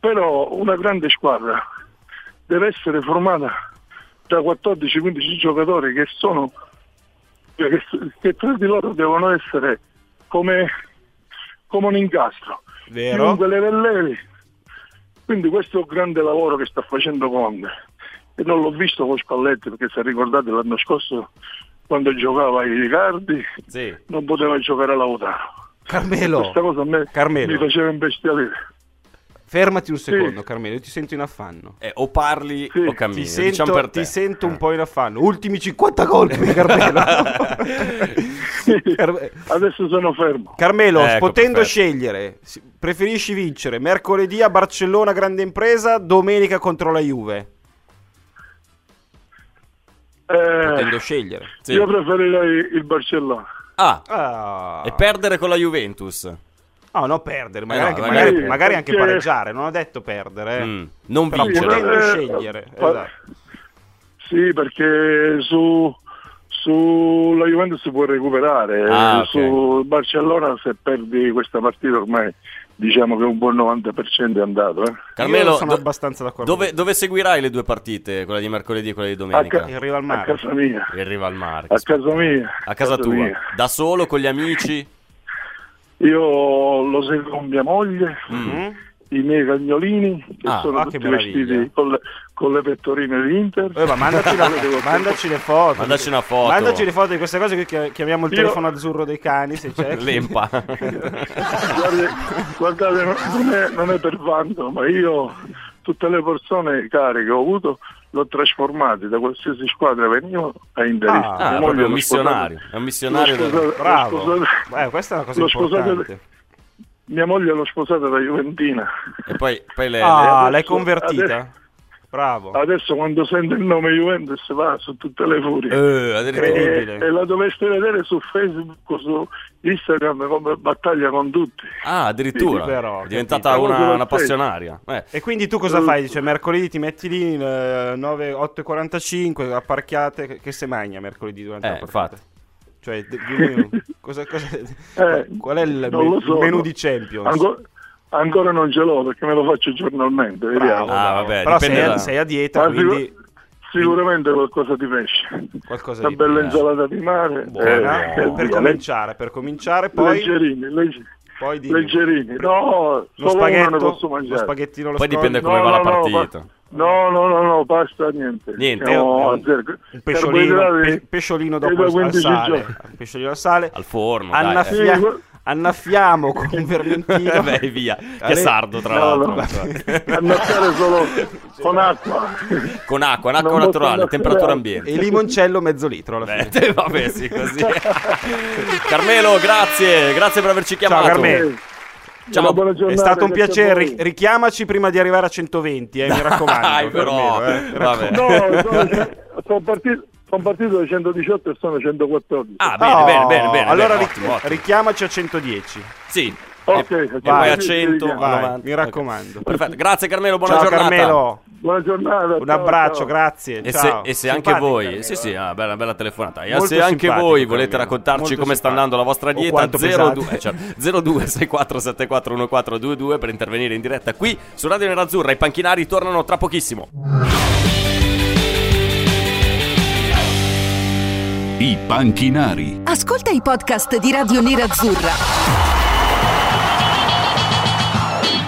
Però una grande squadra deve essere formata da 14-15 giocatori che sono cioè che, che tra di loro devono essere come, come un incastro. Vero? Chiunque le vellevi. Quindi questo è un grande lavoro che sta facendo Conte. E non l'ho visto con Spalletti perché se ricordate l'anno scorso quando giocava ai Riccardi Sì. non poteva giocare a Lautaro. Carmelo. Questa cosa a me Carmelo. mi faceva imbestialire. Fermati un secondo, Carmelo. Io ti sento in affanno. Eh, o parli Sì. o Ti, cammini. sento, diciamo per te. ti sento un po' in affanno. Ultimi 50 colpi, Carmelo. Car- Adesso sono fermo. Carmelo, Ecco, potendo perfetto. scegliere, si- preferisci vincere mercoledì a Barcellona Grande Impresa, domenica contro la Juve? Potendo Eh, scegliere. Sì. Io preferirei il Barcellona. Ah, Ah. e perdere con la Juventus. No, no, perdere, magari, Eh, no, anche, magari- magari- magari anche perché- pareggiare, non ho detto perdere. eh. Mm, Non Però vincere. potendo Eh, scegliere. fa- esatto. Sì, perché su, sulla Juventus si può recuperare, Ah, ok. su Barcellona se perdi questa partita ormai diciamo che un buon 90% è andato. eh. Carmelo, Io sono do- abbastanza d'accordo. dove, dove seguirai le due partite? Quella di mercoledì e quella di domenica? ca- In riva al A mare. casa mia, E arriva al mare. a casa mia. A casa tua. mia. Da solo, con gli amici? Io lo seguo con mia moglie, Mm? i miei cagnolini che Ah, sono ah, che tutti meraviglia. vestiti con le, con le pettorine di Inter. Eh, ma mandaci, la- mandaci le foto. Mandaci una foto. Mandaci le foto di queste cose che chi- chiamiamo il Io- telefono azzurro dei cani, se c'è. Lempa. Guardi- Guardate, non è, non è per vanto, ma io tutte le persone care che ho avuto l'ho trasformato da qualsiasi squadra venivo a Interisti. Ah, Ah, è proprio un missionario. È un missionario. del- Bravo. Beh, questa è una cosa l'ho sposato- importante. Mia moglie l'ho sposata da Juventina. E poi, poi le- Ah, Eh, adesso- l'hai convertita? adesso- Bravo. Adesso quando sento il nome Juventus va su tutte le furie. le- Eh, addirittura. e, incredibile. e la dovreste vedere su Facebook, o su Instagram come battaglia con tutti. Ah, addirittura. Sì, però, è diventata capito. una, una passionaria. Eh, E quindi tu cosa fai? Uh. Dice mercoledì ti metti lì eh, 9, 8.45, apparchiate. Che, che se magna mercoledì durante Eh, la partita? infatti. Cioè, d- dimmi, cosa, cosa- Eh, qual è il, non lo il so. menù di Champions? Anco- ancora non ce l'ho perché me lo faccio giornalmente, vediamo. Ah, vabbè, Però dipende sei, a- da- sei a dieta, Ma sicur- quindi Sicuramente qualcosa di pesce. qualcosa Una di bella insalata di mare. buona. eh, e per via. cominciare, per cominciare, poi, Leggerini, legge- poi dimmi. leggerini. No, lo solo uno ne spaghetto, posso lo mangiare. spaghettino lo Poi dipende scoglio? come va la pa- partita. No, no, no, no, pasta, niente. Niente, Siamo un- a zero. un pesciolino, Carboidrati- pe- pesciolino dopo e da al- al 15 sale, giorni. un pesciolino al sale, al forno. dai, annaffia- eh. Sì, que- annaffiamo con un eh. vermentino, Beh, via. Che Ale- è sardo, tra No, l'altro. no, annaffiare solo con acqua. Con acqua, con acqua Non posso naturale, annaffiare. temperatura e ambiente. il limoncello mezzo litro alla Beh, fine. te- vabbè, sì, così. Carmelo, grazie. Grazie per averci chiamato. Carmelo. Ciao. Una buona È giornata, stato un grazie piacere, a voi. ri- richiamaci prima di arrivare a 120, eh, mi raccomando. Dai, però. Carmelo, eh, mi raccomando. Vabbè. No, sono, sono partito, sono partito da 118 e sono 114. Ah, bene, Oh, bene, bene, bene. Allora bene, ri- ottimo, ottimo. richiamaci a 110. Sì. Ok, e, e vai. poi a 100. Vai, a Vai, 90. mi raccomando. Perfetto. Grazie Carmelo, buona ciao giornata. Carmelo, Buona giornata. un ciao, abbraccio, ciao. grazie. E se, ciao. e se anche Simpatico, voi, Carmelo, sì, eh. sì, ah, bella, bella telefonata. E Molto se anche simpatico, voi volete Carmelo. raccontarci Molto come sta andando la vostra simpatico. O dieta, quanto 02 eh, pesate. certo, 0264741422 per intervenire in diretta qui su Radio Nerazzurra. I panchinari tornano tra pochissimo. I panchinari. Ascolta i podcast di Radio Nerazzurra.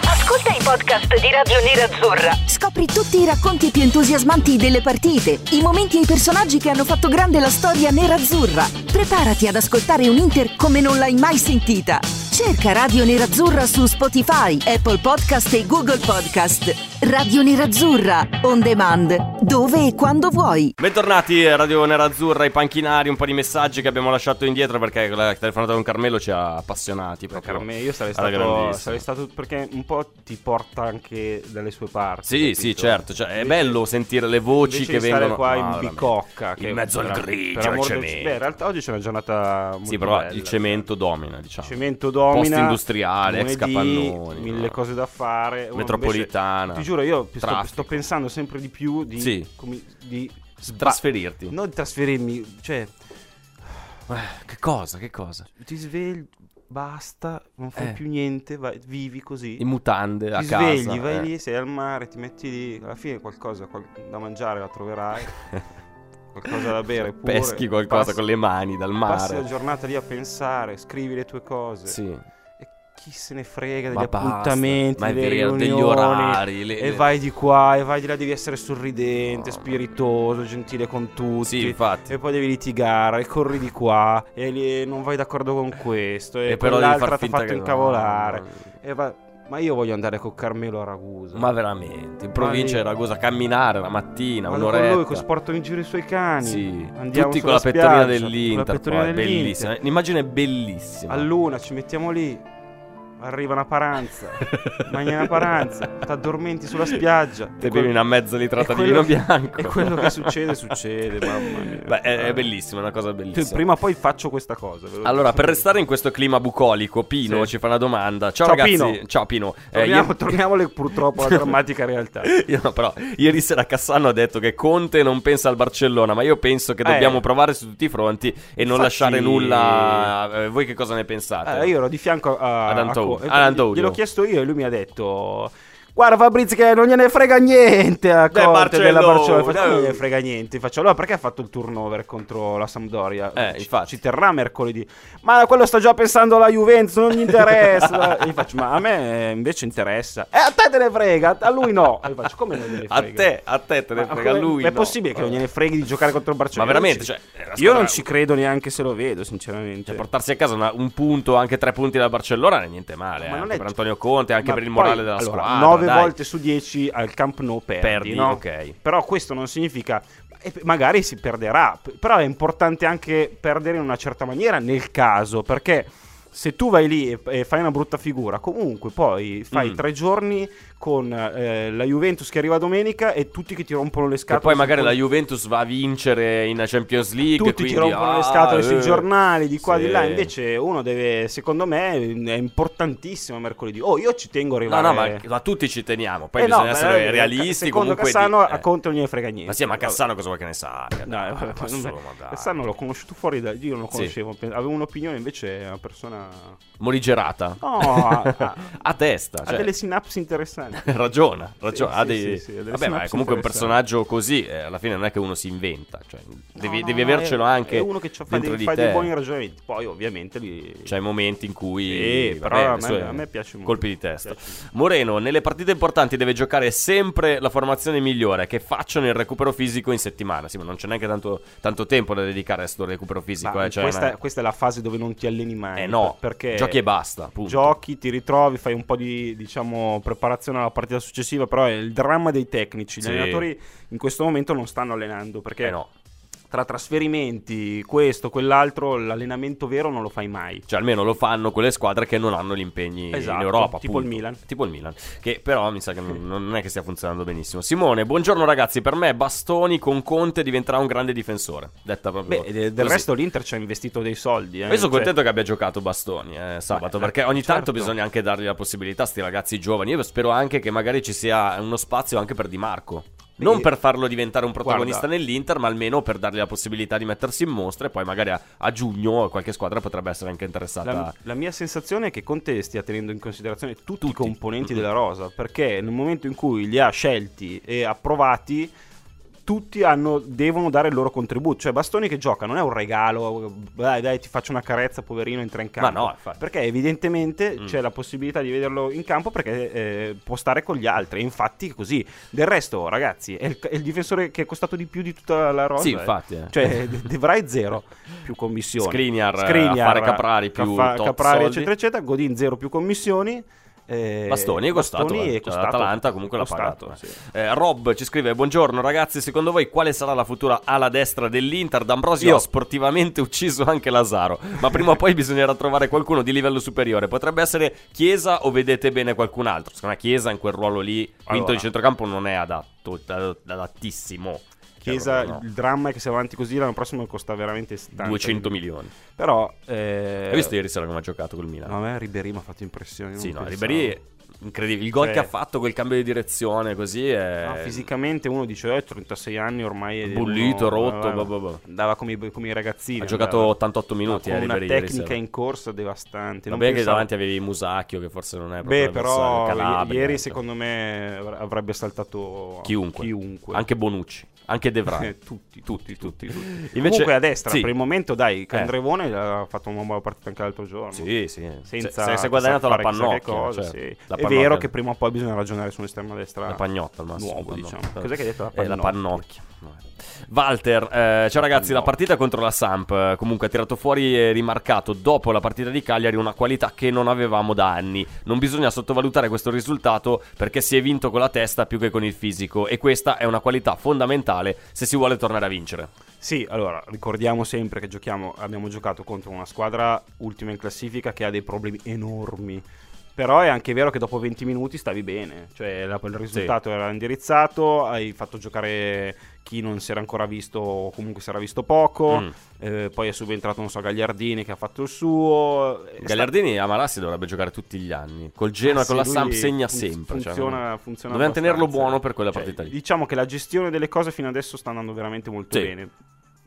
Ascolta i podcast di Radio Nerazzurra. Scopri tutti i racconti più entusiasmanti delle partite, i momenti e i personaggi che hanno fatto grande la storia nerazzurra. Preparati ad ascoltare un Inter come non l'hai mai sentita. Cerca Radio Nerazzurra su Spotify, Apple Podcast e Google Podcast. Radio Nerazzurra, on demand, dove e quando vuoi. Bentornati eh, Radio Nerazzurra, i panchinari, un po' di messaggi che abbiamo lasciato indietro perché la telefonata con Carmelo ci ha appassionati. No, proprio Carmelo, io sarei alla stato, grandissima. sarei stato perché un po' ti porta anche dalle sue parti. Sì, capito? sì, certo. cioè, è Invece- bello sentire le voci invece che di stare vengono qua Ah, in veramente. bicocca che in mezzo al per- grigio, per al amor del- cemento. Beh, in realtà oggi c'è una giornata molto sì, però bella, il cemento domina, diciamo. cioè, cemento domina Post-industriale, ex lunedì, capannoni. mille no? cose da fare. Oh, Metropolitana. invece, ti giuro, io sto- sto, Traffico. pensando sempre di più di, Sì. come- di S- Trasferirti. non di trasferirmi, cioè Eh, Che cosa, che cosa? ti svegli, basta, non fai Eh. più niente, vai- vivi così. In mutande a Ti casa. svegli, vai eh. lì, sei al mare, ti metti lì, alla fine qualcosa qual- da mangiare la troverai, qualcosa da bere pure. Peschi qualcosa passi- con le mani dal Passi la mare. giornata lì a pensare, scrivi le tue cose. Sì. E chi se ne frega degli Ma basta, appuntamenti, ma è delle vero, degli riunioni, orari, le- E le- vai di qua, e vai di là, devi essere sorridente, No, no. spiritoso, gentile con tutti. Sì, infatti. E poi devi litigare, e corri di qua, e lì non vai d'accordo con questo, e, E però devi quell'altra far ti ha finta fatto che- incavolare. no, no. E va- Ma io voglio andare con Carmelo a Ragusa. Ma veramente, in Ma provincia lì- di Ragusa a camminare la mattina, Vado un'oretta. con lui, che porto in giro i suoi cani. Sì, Andiamo tutti con sulla la pettorina spiaggia, dell'Inter. con la pettorina poi, dell'Inter. bellissima. L'immagine è bellissima. All'una ci mettiamo lì. Arriva una paranza. Mangia una paranza. Ti addormenti sulla spiaggia. Te bevi una mezza litrata E di quello- vino bianco. E quello che succede, succede. Mamma mia. Beh, è, è bellissima, è una cosa bellissima. Prima o poi faccio questa cosa. ve lo dico. Allora, per restare in questo clima bucolico, Pino Sì. ci fa una domanda. Ciao, Ciao, ragazzi. Pino. Ciao Pino. Eh, Torniamo, ieri- torniamo alle- purtroppo alla drammatica realtà. Io no, però ieri sera Cassano ha detto che Conte non pensa al Barcellona, ma io penso che Eh. dobbiamo provare su tutti i fronti e non Infatti- lasciare nulla. eh, voi che cosa ne pensate? Allora, io ero di fianco a, Ad Antonio. a Co- Ad Antonio. Gliel'ho chiesto io e lui mi ha detto. Guarda Fabrizio che non gliene frega niente a Del Conte della Barcellona, Barcellona, Faccio, eh. non gliene frega niente, faccio allora perché ha fatto il turnover contro la Sampdoria? Eh, Ci- infatti. Ci terrà mercoledì. Ma quello sta già pensando alla Juventus, non gli interessa. e gli faccio "Ma a me invece interessa". E a te te ne frega, a lui no. E gli faccio "Come non gliene frega?". A te, a te te ne Ma frega come- lui. È no. possibile che non gliene freghi di giocare contro il Barcellona? Ma veramente, Io non ci- cioè, è la io non squadra- ci credo neanche se lo vedo, sinceramente. Cioè, portarsi a casa una- un punto, anche tre punti da Barcellona, non è niente male. eh, Ma non anche è- per Antonio Conte, anche Ma per il poi- morale della allora, squadra. Nove dai. volte su 10 al Camp Nou perdi, Perdi, no? ok. Però questo non significa e p- magari si perderà, p- però è importante anche perdere in una certa maniera nel caso, perché se tu vai lì e, e fai una brutta figura, comunque poi fai Mm. tre giorni con eh, la Juventus che arriva domenica e tutti che ti rompono le Che scatole. poi su magari la quel- Juventus va a vincere in Champions League. tutti quindi, ti rompono ah, le scatole sui eh, giornali di qua e sì. di là. Invece, uno deve, secondo me, è importantissimo mercoledì. Oh, io ci tengo a No, arrivare. no, ma, ma tutti ci teniamo. Poi Eh no, bisogna ma essere eh, realisti. Secondo comunque Cassano, di- a eh. Conte non gliene frega niente. Ma sì, ma Vabbè. Cassano cosa vuoi che ne sappia? No, dai, eh, ma non- solo, ma dai. Cassano l'ho conosciuto fuori da io non lo Sì. conoscevo pe- avevo un'opinione invece è una persona Morigerata. No, a- a- a testa. ha Cioè. delle sinapsi interessanti Ragiona, ragiona. Sì, ha sì, dei- sì, sì, ha delle Vabbè, ma è sinapsi comunque un interessanti. personaggio così. eh, alla fine non è che uno si inventa. Cioè, devi No, devi no, no, avercelo è- anche. è uno che ci fa, dentro dei, di fa dei te. buoni ragionamenti poi ovviamente li C'è i momenti in cui. Sì, vabbè, però a le me- sue- a me piace molto. eh, Colpi di testa. Piace Moreno, nelle partite importanti deve giocare sempre la formazione migliore che facciano il recupero fisico in settimana. Sì, ma non c'è neanche tanto, tanto tempo da dedicare a questo recupero Ma fisico. eh, cioè, questa, ma- questa è la fase dove non ti alleni mai. Eh no, perché giochi e basta, punto. Giochi, ti ritrovi, fai un po' di diciamo, preparazione alla partita successiva, però è il dramma dei tecnici. Gli Sì. allenatori in questo momento non stanno allenando perché eh no. tra trasferimenti, questo, quell'altro, l'allenamento vero non lo fai mai. Cioè, almeno lo fanno quelle squadre che non hanno gli impegni Esatto, in Europa. tipo appunto. il Milan. Tipo il Milan. Che però mi sa che non, non è che stia funzionando benissimo. Simone, buongiorno ragazzi. Per me, Bastoni con Conte diventerà un grande difensore. Detta proprio. Beh, e de- del così. resto l'Inter ci ha investito dei soldi. eh. Io sono Cioè, contento che abbia giocato Bastoni eh, sabato, Beh, perché ogni tanto certo. bisogna anche dargli la possibilità a sti ragazzi giovani. Io spero anche che magari ci sia uno spazio anche per Di Marco. Non Beh, per farlo diventare un protagonista guarda. nell'Inter, ma almeno per dargli la possibilità di mettersi in mostra e poi magari a, a giugno qualche squadra potrebbe essere anche interessata. La, la mia sensazione è che Conte stia tenendo in considerazione tutti, i componenti Mm-hmm. della rosa, perché nel momento in cui li ha scelti e approvati, tutti hanno- devono dare il loro contributo. Cioè, Bastoni che gioca non è un regalo, dai, dai, ti faccio una carezza, poverino, entra in campo. Ma no, infatti. perché evidentemente Mm. c'è la possibilità di vederlo in campo perché eh, può stare con gli altri. E infatti, è così. Del resto, ragazzi, è il, è il difensore che è costato di più di tutta la rosa. Sì, eh. infatti, eh. Cioè, De- De Vrij zero più commissioni. Skriniar, eh, Skriniar, a fare Caprari più Caffa- tot Caprari, soldi. eccetera, eccetera. Godin zero più commissioni. eh, Bastoni è costato, Bastoni eh. è Cioè, costato. l'Atalanta comunque l'ha Costato, pagato. eh. sì. Eh, Rob ci scrive: Buongiorno ragazzi, secondo voi quale sarà la futura ala destra dell'Inter? D'Ambrosio Io. ha sportivamente ucciso anche Lazaro, ma prima o poi bisognerà trovare qualcuno di livello superiore. Potrebbe essere Chiesa o vedete bene qualcun altro? Secondo me Chiesa in quel ruolo lì, quinto Allora. di centrocampo, non è adatto, ad- adattissimo. Chiesa, Cioè, proprio il dramma è che se va avanti così l'anno prossimo costa veramente 70. no. 200 milioni. Però... Eh, Hai visto ieri sera come ha giocato col Milan? No, a me Ribéry mi ha fatto impressione. sì, non no, pensavo. Ribéry incredibile. Il gol Cioè- che ha fatto, quel cambio di direzione così è No, fisicamente uno dice, eh, 36 anni ormai... è Bollito, uno- rotto, eh, bah, bah, bah. Andava come, i- come i ragazzini. Ha giocato andava. 88 minuti, Ma eh, Con una Ribéry ieri tecnica sera. in corsa devastante. non Vabbè che pensavo- davanti avevi Musacchio che forse non è proprio Beh, l'avversario, però Calabria, i- ieri cioè. secondo me avr- avrebbe saltato chiunque. Anche Bonucci, anche De Vrij. Eh, tutti, tutti, tutti, tutti. Invece- Comunque a destra, sì. Eh. per il momento, dai, Candrevone ha fatto una buona partita anche l'altro giorno. Sì, sì. Senza se, se è chissà guadagnato la fare chissà che pannocchia, cosa, cioè, sì. la È pannocchia. vero che prima o poi bisogna ragionare su un esterno a destra. La pagnotta al massimo. Nuovo, la pannocchia. diciamo. Cos'è che hai detto? Eh, La la pannocchia. Walter, eh, ciao ragazzi, la Pannocchia. partita contro la Samp eh, comunque ha tirato fuori e rimarcato dopo la partita di Cagliari una qualità che non avevamo da anni. Non bisogna sottovalutare questo risultato perché si è vinto con la testa più che con il fisico e questa è una qualità fondamentale se si vuole tornare a vincere. Sì, allora, ricordiamo sempre che giochiamo, abbiamo giocato contro una squadra ultima in classifica che ha dei problemi enormi. Però è anche vero che dopo 20 minuti stavi bene, cioè la- il risultato era indirizzato, hai fatto giocare chi non si era ancora visto o comunque si era visto poco, Mm. eh, poi è subentrato, non so, Gagliardini che ha fatto il suo. è Gagliardini a Marassi dovrebbe giocare tutti gli anni. Col Genoa e Ah, sì, con la lui Samp segna fun- sempre. cioè, Funziona, Dobbiamo funziona abbastanza. tenerlo buono per quella Cioè, partita lì. Diciamo che la gestione delle cose fino adesso sta andando veramente molto Sì. bene.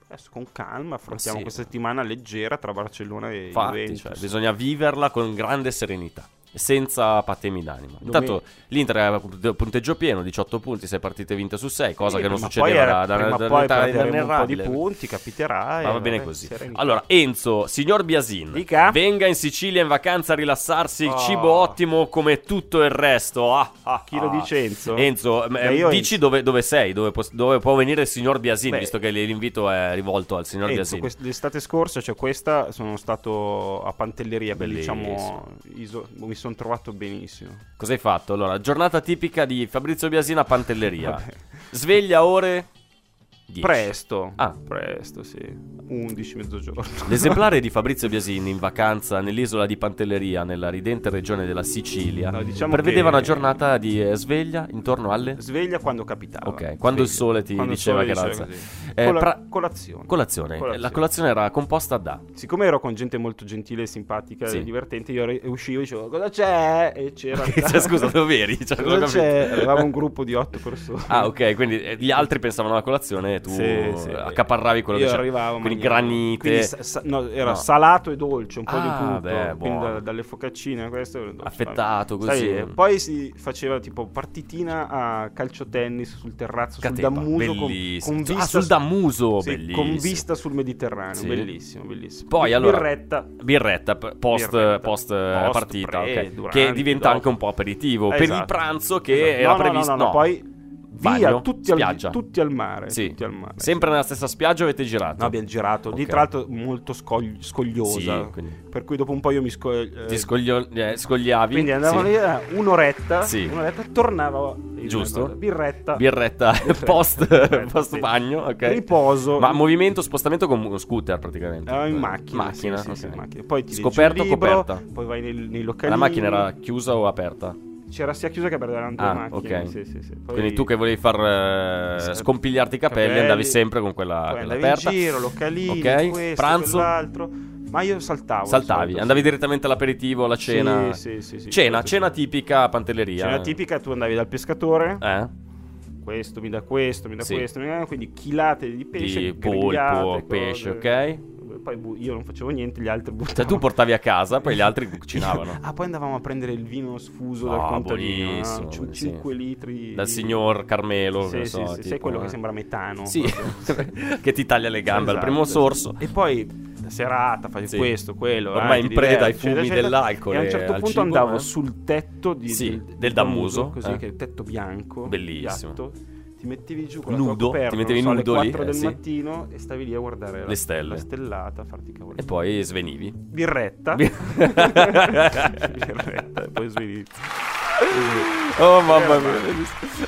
Adesso con calma affrontiamo sì. questa settimana leggera tra Barcellona e Infatti, Juventus. cioè, bisogna viverla con grande serenità. Senza patemi d'anima. Intanto l'Inter aveva pu- punteggio pieno, 18 punti, 6 partite vinte su 6, cosa Sì, che non prima succedeva poi da, era- da, prima da- poi da- da- perderemo un po' di narrabile. punti, capiterà Ma e va bene vabbè, così. serenità. Allora, Enzo, signor Biasin, Dica. venga in Sicilia in vacanza a rilassarsi, il Oh. cibo ottimo come tutto il resto. Ah, ah, Chi lo ah. dice Enzo? Enzo, Beh, eh, io dici Enzo. Dove, dove sei, dove, pos- dove può venire il signor Biasin, Beh. visto che l'invito è rivolto al signor Enzo, Biasin. quest- l'estate scorsa, cioè questa, sono stato a Pantelleria, beh, Bellissimo. diciamo, iso- mi sono trovato benissimo. Cosa hai fatto? Allora, giornata tipica di Fabrizio Biasina a Pantelleria. Vabbè. Sveglia ore 10. Presto. Ah. presto, sì. 11 mezzogiorno. L'esemplare di Fabrizio Biasini in vacanza nell'isola di Pantelleria, nella ridente regione della Sicilia, No, diciamo prevedeva che- una giornata di eh, sveglia intorno alle Sveglia quando capitava. Ok, quando il sole ti Quando il diceva sole che era diceva alza. così. Eh, Cola- pra- Colazione. colazione. La colazione era composta da Siccome ero con gente molto gentile, simpatica Sì. e divertente, io re- uscivo e dicevo cosa c'è? E c'era... Cioè, scusa, dove eri? Cioè, non ho cosa c'è? capito. Avevamo un gruppo di otto persone. Ah, ok, quindi eh, gli altri pensavano alla colazione e tu Sì, sì. accaparravi quello Io che c'era. arrivavo, Quindi mangiavo. granite. Quindi sa- sa- no, era No. salato e dolce, un po' Ah, di tutto. beh, quindi buono. da- dalle focaccine, questo. Affettato, Sai, così. e poi si faceva tipo partitina a calciotennis sul terrazzo, Catepa, sul Dammuso. con- bellissimo. Con, Ah, vista sul Dammuso, sì, Con bellissimo. vista sul Mediterraneo, Sì. bellissimo, bellissimo. Poi Bir- allora Birretta. birretta, p- post, Birretta. post, eh, Post, partita, pre, ok. durante, che diventa dopo. anche un po' aperitivo Eh, per il esatto. pranzo che Esatto. era No, no, previsto. No, no, no, poi via, Bagno, tutti, spiaggia. Al, tutti al mare. Sì. Tutti al mare. Sempre nella stessa spiaggia avete girato. No, abbiamo girato. Lì, Ok. tra l'altro, molto scogli- scogliosa. Sì, quindi- Per cui dopo un po' io mi sco- eh, Ti scoglio- eh, scogliavi. Quindi andavano sì. lì eh, un'oretta, Sì. un'oretta tornava in Giusto. casa. birretta. Birretta Birretta. post, Birretta, post sì. bagno, ok. Riposo. Ma movimento, spostamento con uno scooter praticamente. Eravamo in macchina, Macchina, sì, sì, sì, ok. in macchina. Poi ti leggi Scoperto un o libro, coperta? Poi vai nei, nei localini. Ah, La macchina era chiusa o aperta? c'era sia chiusa che aperta, erano due Ah, macchine. ok. Sì, sì, sì. Poi- Quindi tu che volevi far eh, Sì. scompigliarti i capelli, Capelli. andavi sempre con quella, poi quella andavi aperta. in giro, localini, Ok, questo, pranzo. quell'altro. Ma io saltavo. Saltavi, di solito, andavi sì. direttamente all'aperitivo, alla cena. Sì, sì, sì, sì, cena, questo cena sì. tipica a Pantelleria. Cena tipica, tu andavi dal pescatore, Eh? questo mi dà questo, mi dà Sì. questo, mi dà- quindi chilate di pesce, Di grigliate, polpo, cose. pesce, ok? Poi bu- io non facevo niente, gli altri buttavano. Cioè tu portavi a casa, poi gli altri cucinavano. Ah, poi andavamo a prendere il vino sfuso Ah, dal contadino. buonissimo, buonissimo. 5 litri. Dal di- signor Carmelo, Sì, non sì, so, sì, tipo, sai quello eh. che sembra metano. Sì, proprio. che ti taglia le gambe al Esatto, primo esatto. sorso. E poi la serata, fai Sì. questo, quello. Ormai eh, in ti preda ai diverti, fumi eccetera, eccetera. dell'alcol E a e un certo al punto cibo, andavo eh. sul tetto di- Sì, del, del Damuso, Così eh. che è il tetto bianco. Bellissimo. piatto, Ti mettevi giù con la Nudo, tua coperta, ti mettevi non so, nudo alle lì, 4 eh, del sì. mattino e stavi lì a guardare la, Le stelle. la stellata, a farti cavolo. E poi svenivi. Birretta. Bir- Birretta e poi svenizio. Oh mamma mia.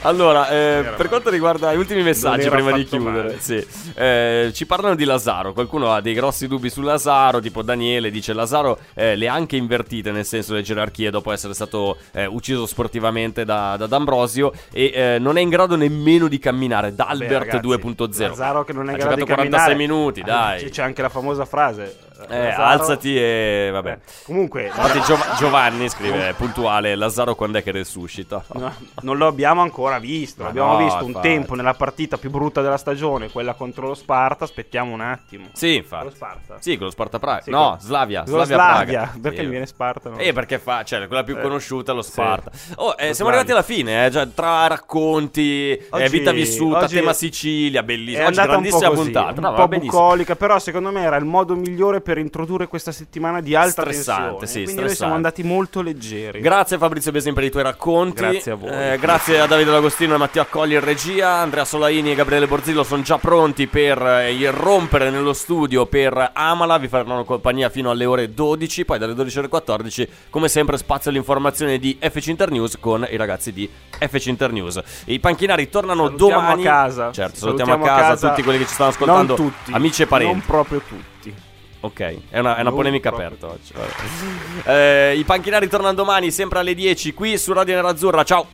Allora, eh, per quanto riguarda gli ultimi messaggi era prima di affatto chiudere, male. sì. Eh, ci parlano di Lazaro. Qualcuno ha dei grossi dubbi su Lazaro, tipo Daniele dice Lazaro eh, le ha anche invertite nel senso le gerarchie dopo essere stato eh, ucciso sportivamente da, da D'Ambrosio e eh, non è in grado nemmeno di camminare. Beh, D'Albert ragazzi, 2.0. Lazzaro che non è ha in giocato grado di 46 camminare. Ah, minuti, Allora, dai. c'è- C'è anche la famosa frase. Eh, Lazzaro- alzati e vabbè. Eh, Comunque, Infatti Giov- Giovanni scrive è puntuale Lazzaro quando è che resuscita? no, non lo abbiamo ancora visto. Ma Abbiamo no, visto un infatti. tempo nella partita più brutta della stagione, quella contro lo Sparta. Aspettiamo un attimo. Sì, Lo infatti. Sparta. Sì, con lo Sparta Praga. Sì, no, con- Slavia. con lo Slavia, Slavia, Praga. perché Sì. gli viene Sparta, no? Eh, perché fa, cioè, quella più Eh. conosciuta è lo Sì. Sparta. Oh, eh, siamo Lo Slavia. arrivati alla fine, eh, già tra racconti, eh, Oggi- vita vissuta, oggi- tema Sicilia, bellissimo. È oggi andata un po' grandissima così, puntata. No, un va po' benissimo. bucolica, però secondo me era il modo migliore per introdurre questa settimana di alta Stressante, tensione. sì, Quindi stressante. noi siamo andati molto leggeri. Grazie Fabrizio Besin per i tuoi racconti. Grazie a voi. Eh, grazie a Davide D'Agostino e Mattia Accogli in regia. Andrea Solaini e Gabriele Borzillo sono già pronti per eh, irrompere nello studio per Amala. Vi faranno compagnia fino alle ore 12. Poi dalle 12 alle 14, come sempre, spazio all'informazione di FC Internews con i ragazzi di FC Internews. I panchinari tornano Salutiamo domani. a casa. Certo, salutiamo, a casa, tutti quelli che ci stanno ascoltando. Non tutti, amici e Non parenti. proprio tutti. Ok, è una, è una Non polemica proprio. aperta oggi. vabbè. Eh, I panchinari tornano domani, sempre alle 10, qui su Radio Nerazzurra. Ciao!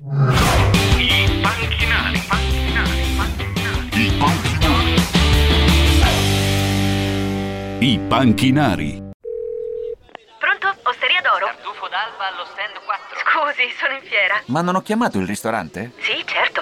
I panchinari. Pronto? Osteria d'oro? Tartufo d'alba allo stand 4. Scusi, sono in fiera. Ma non ho chiamato il ristorante? Sì, certo.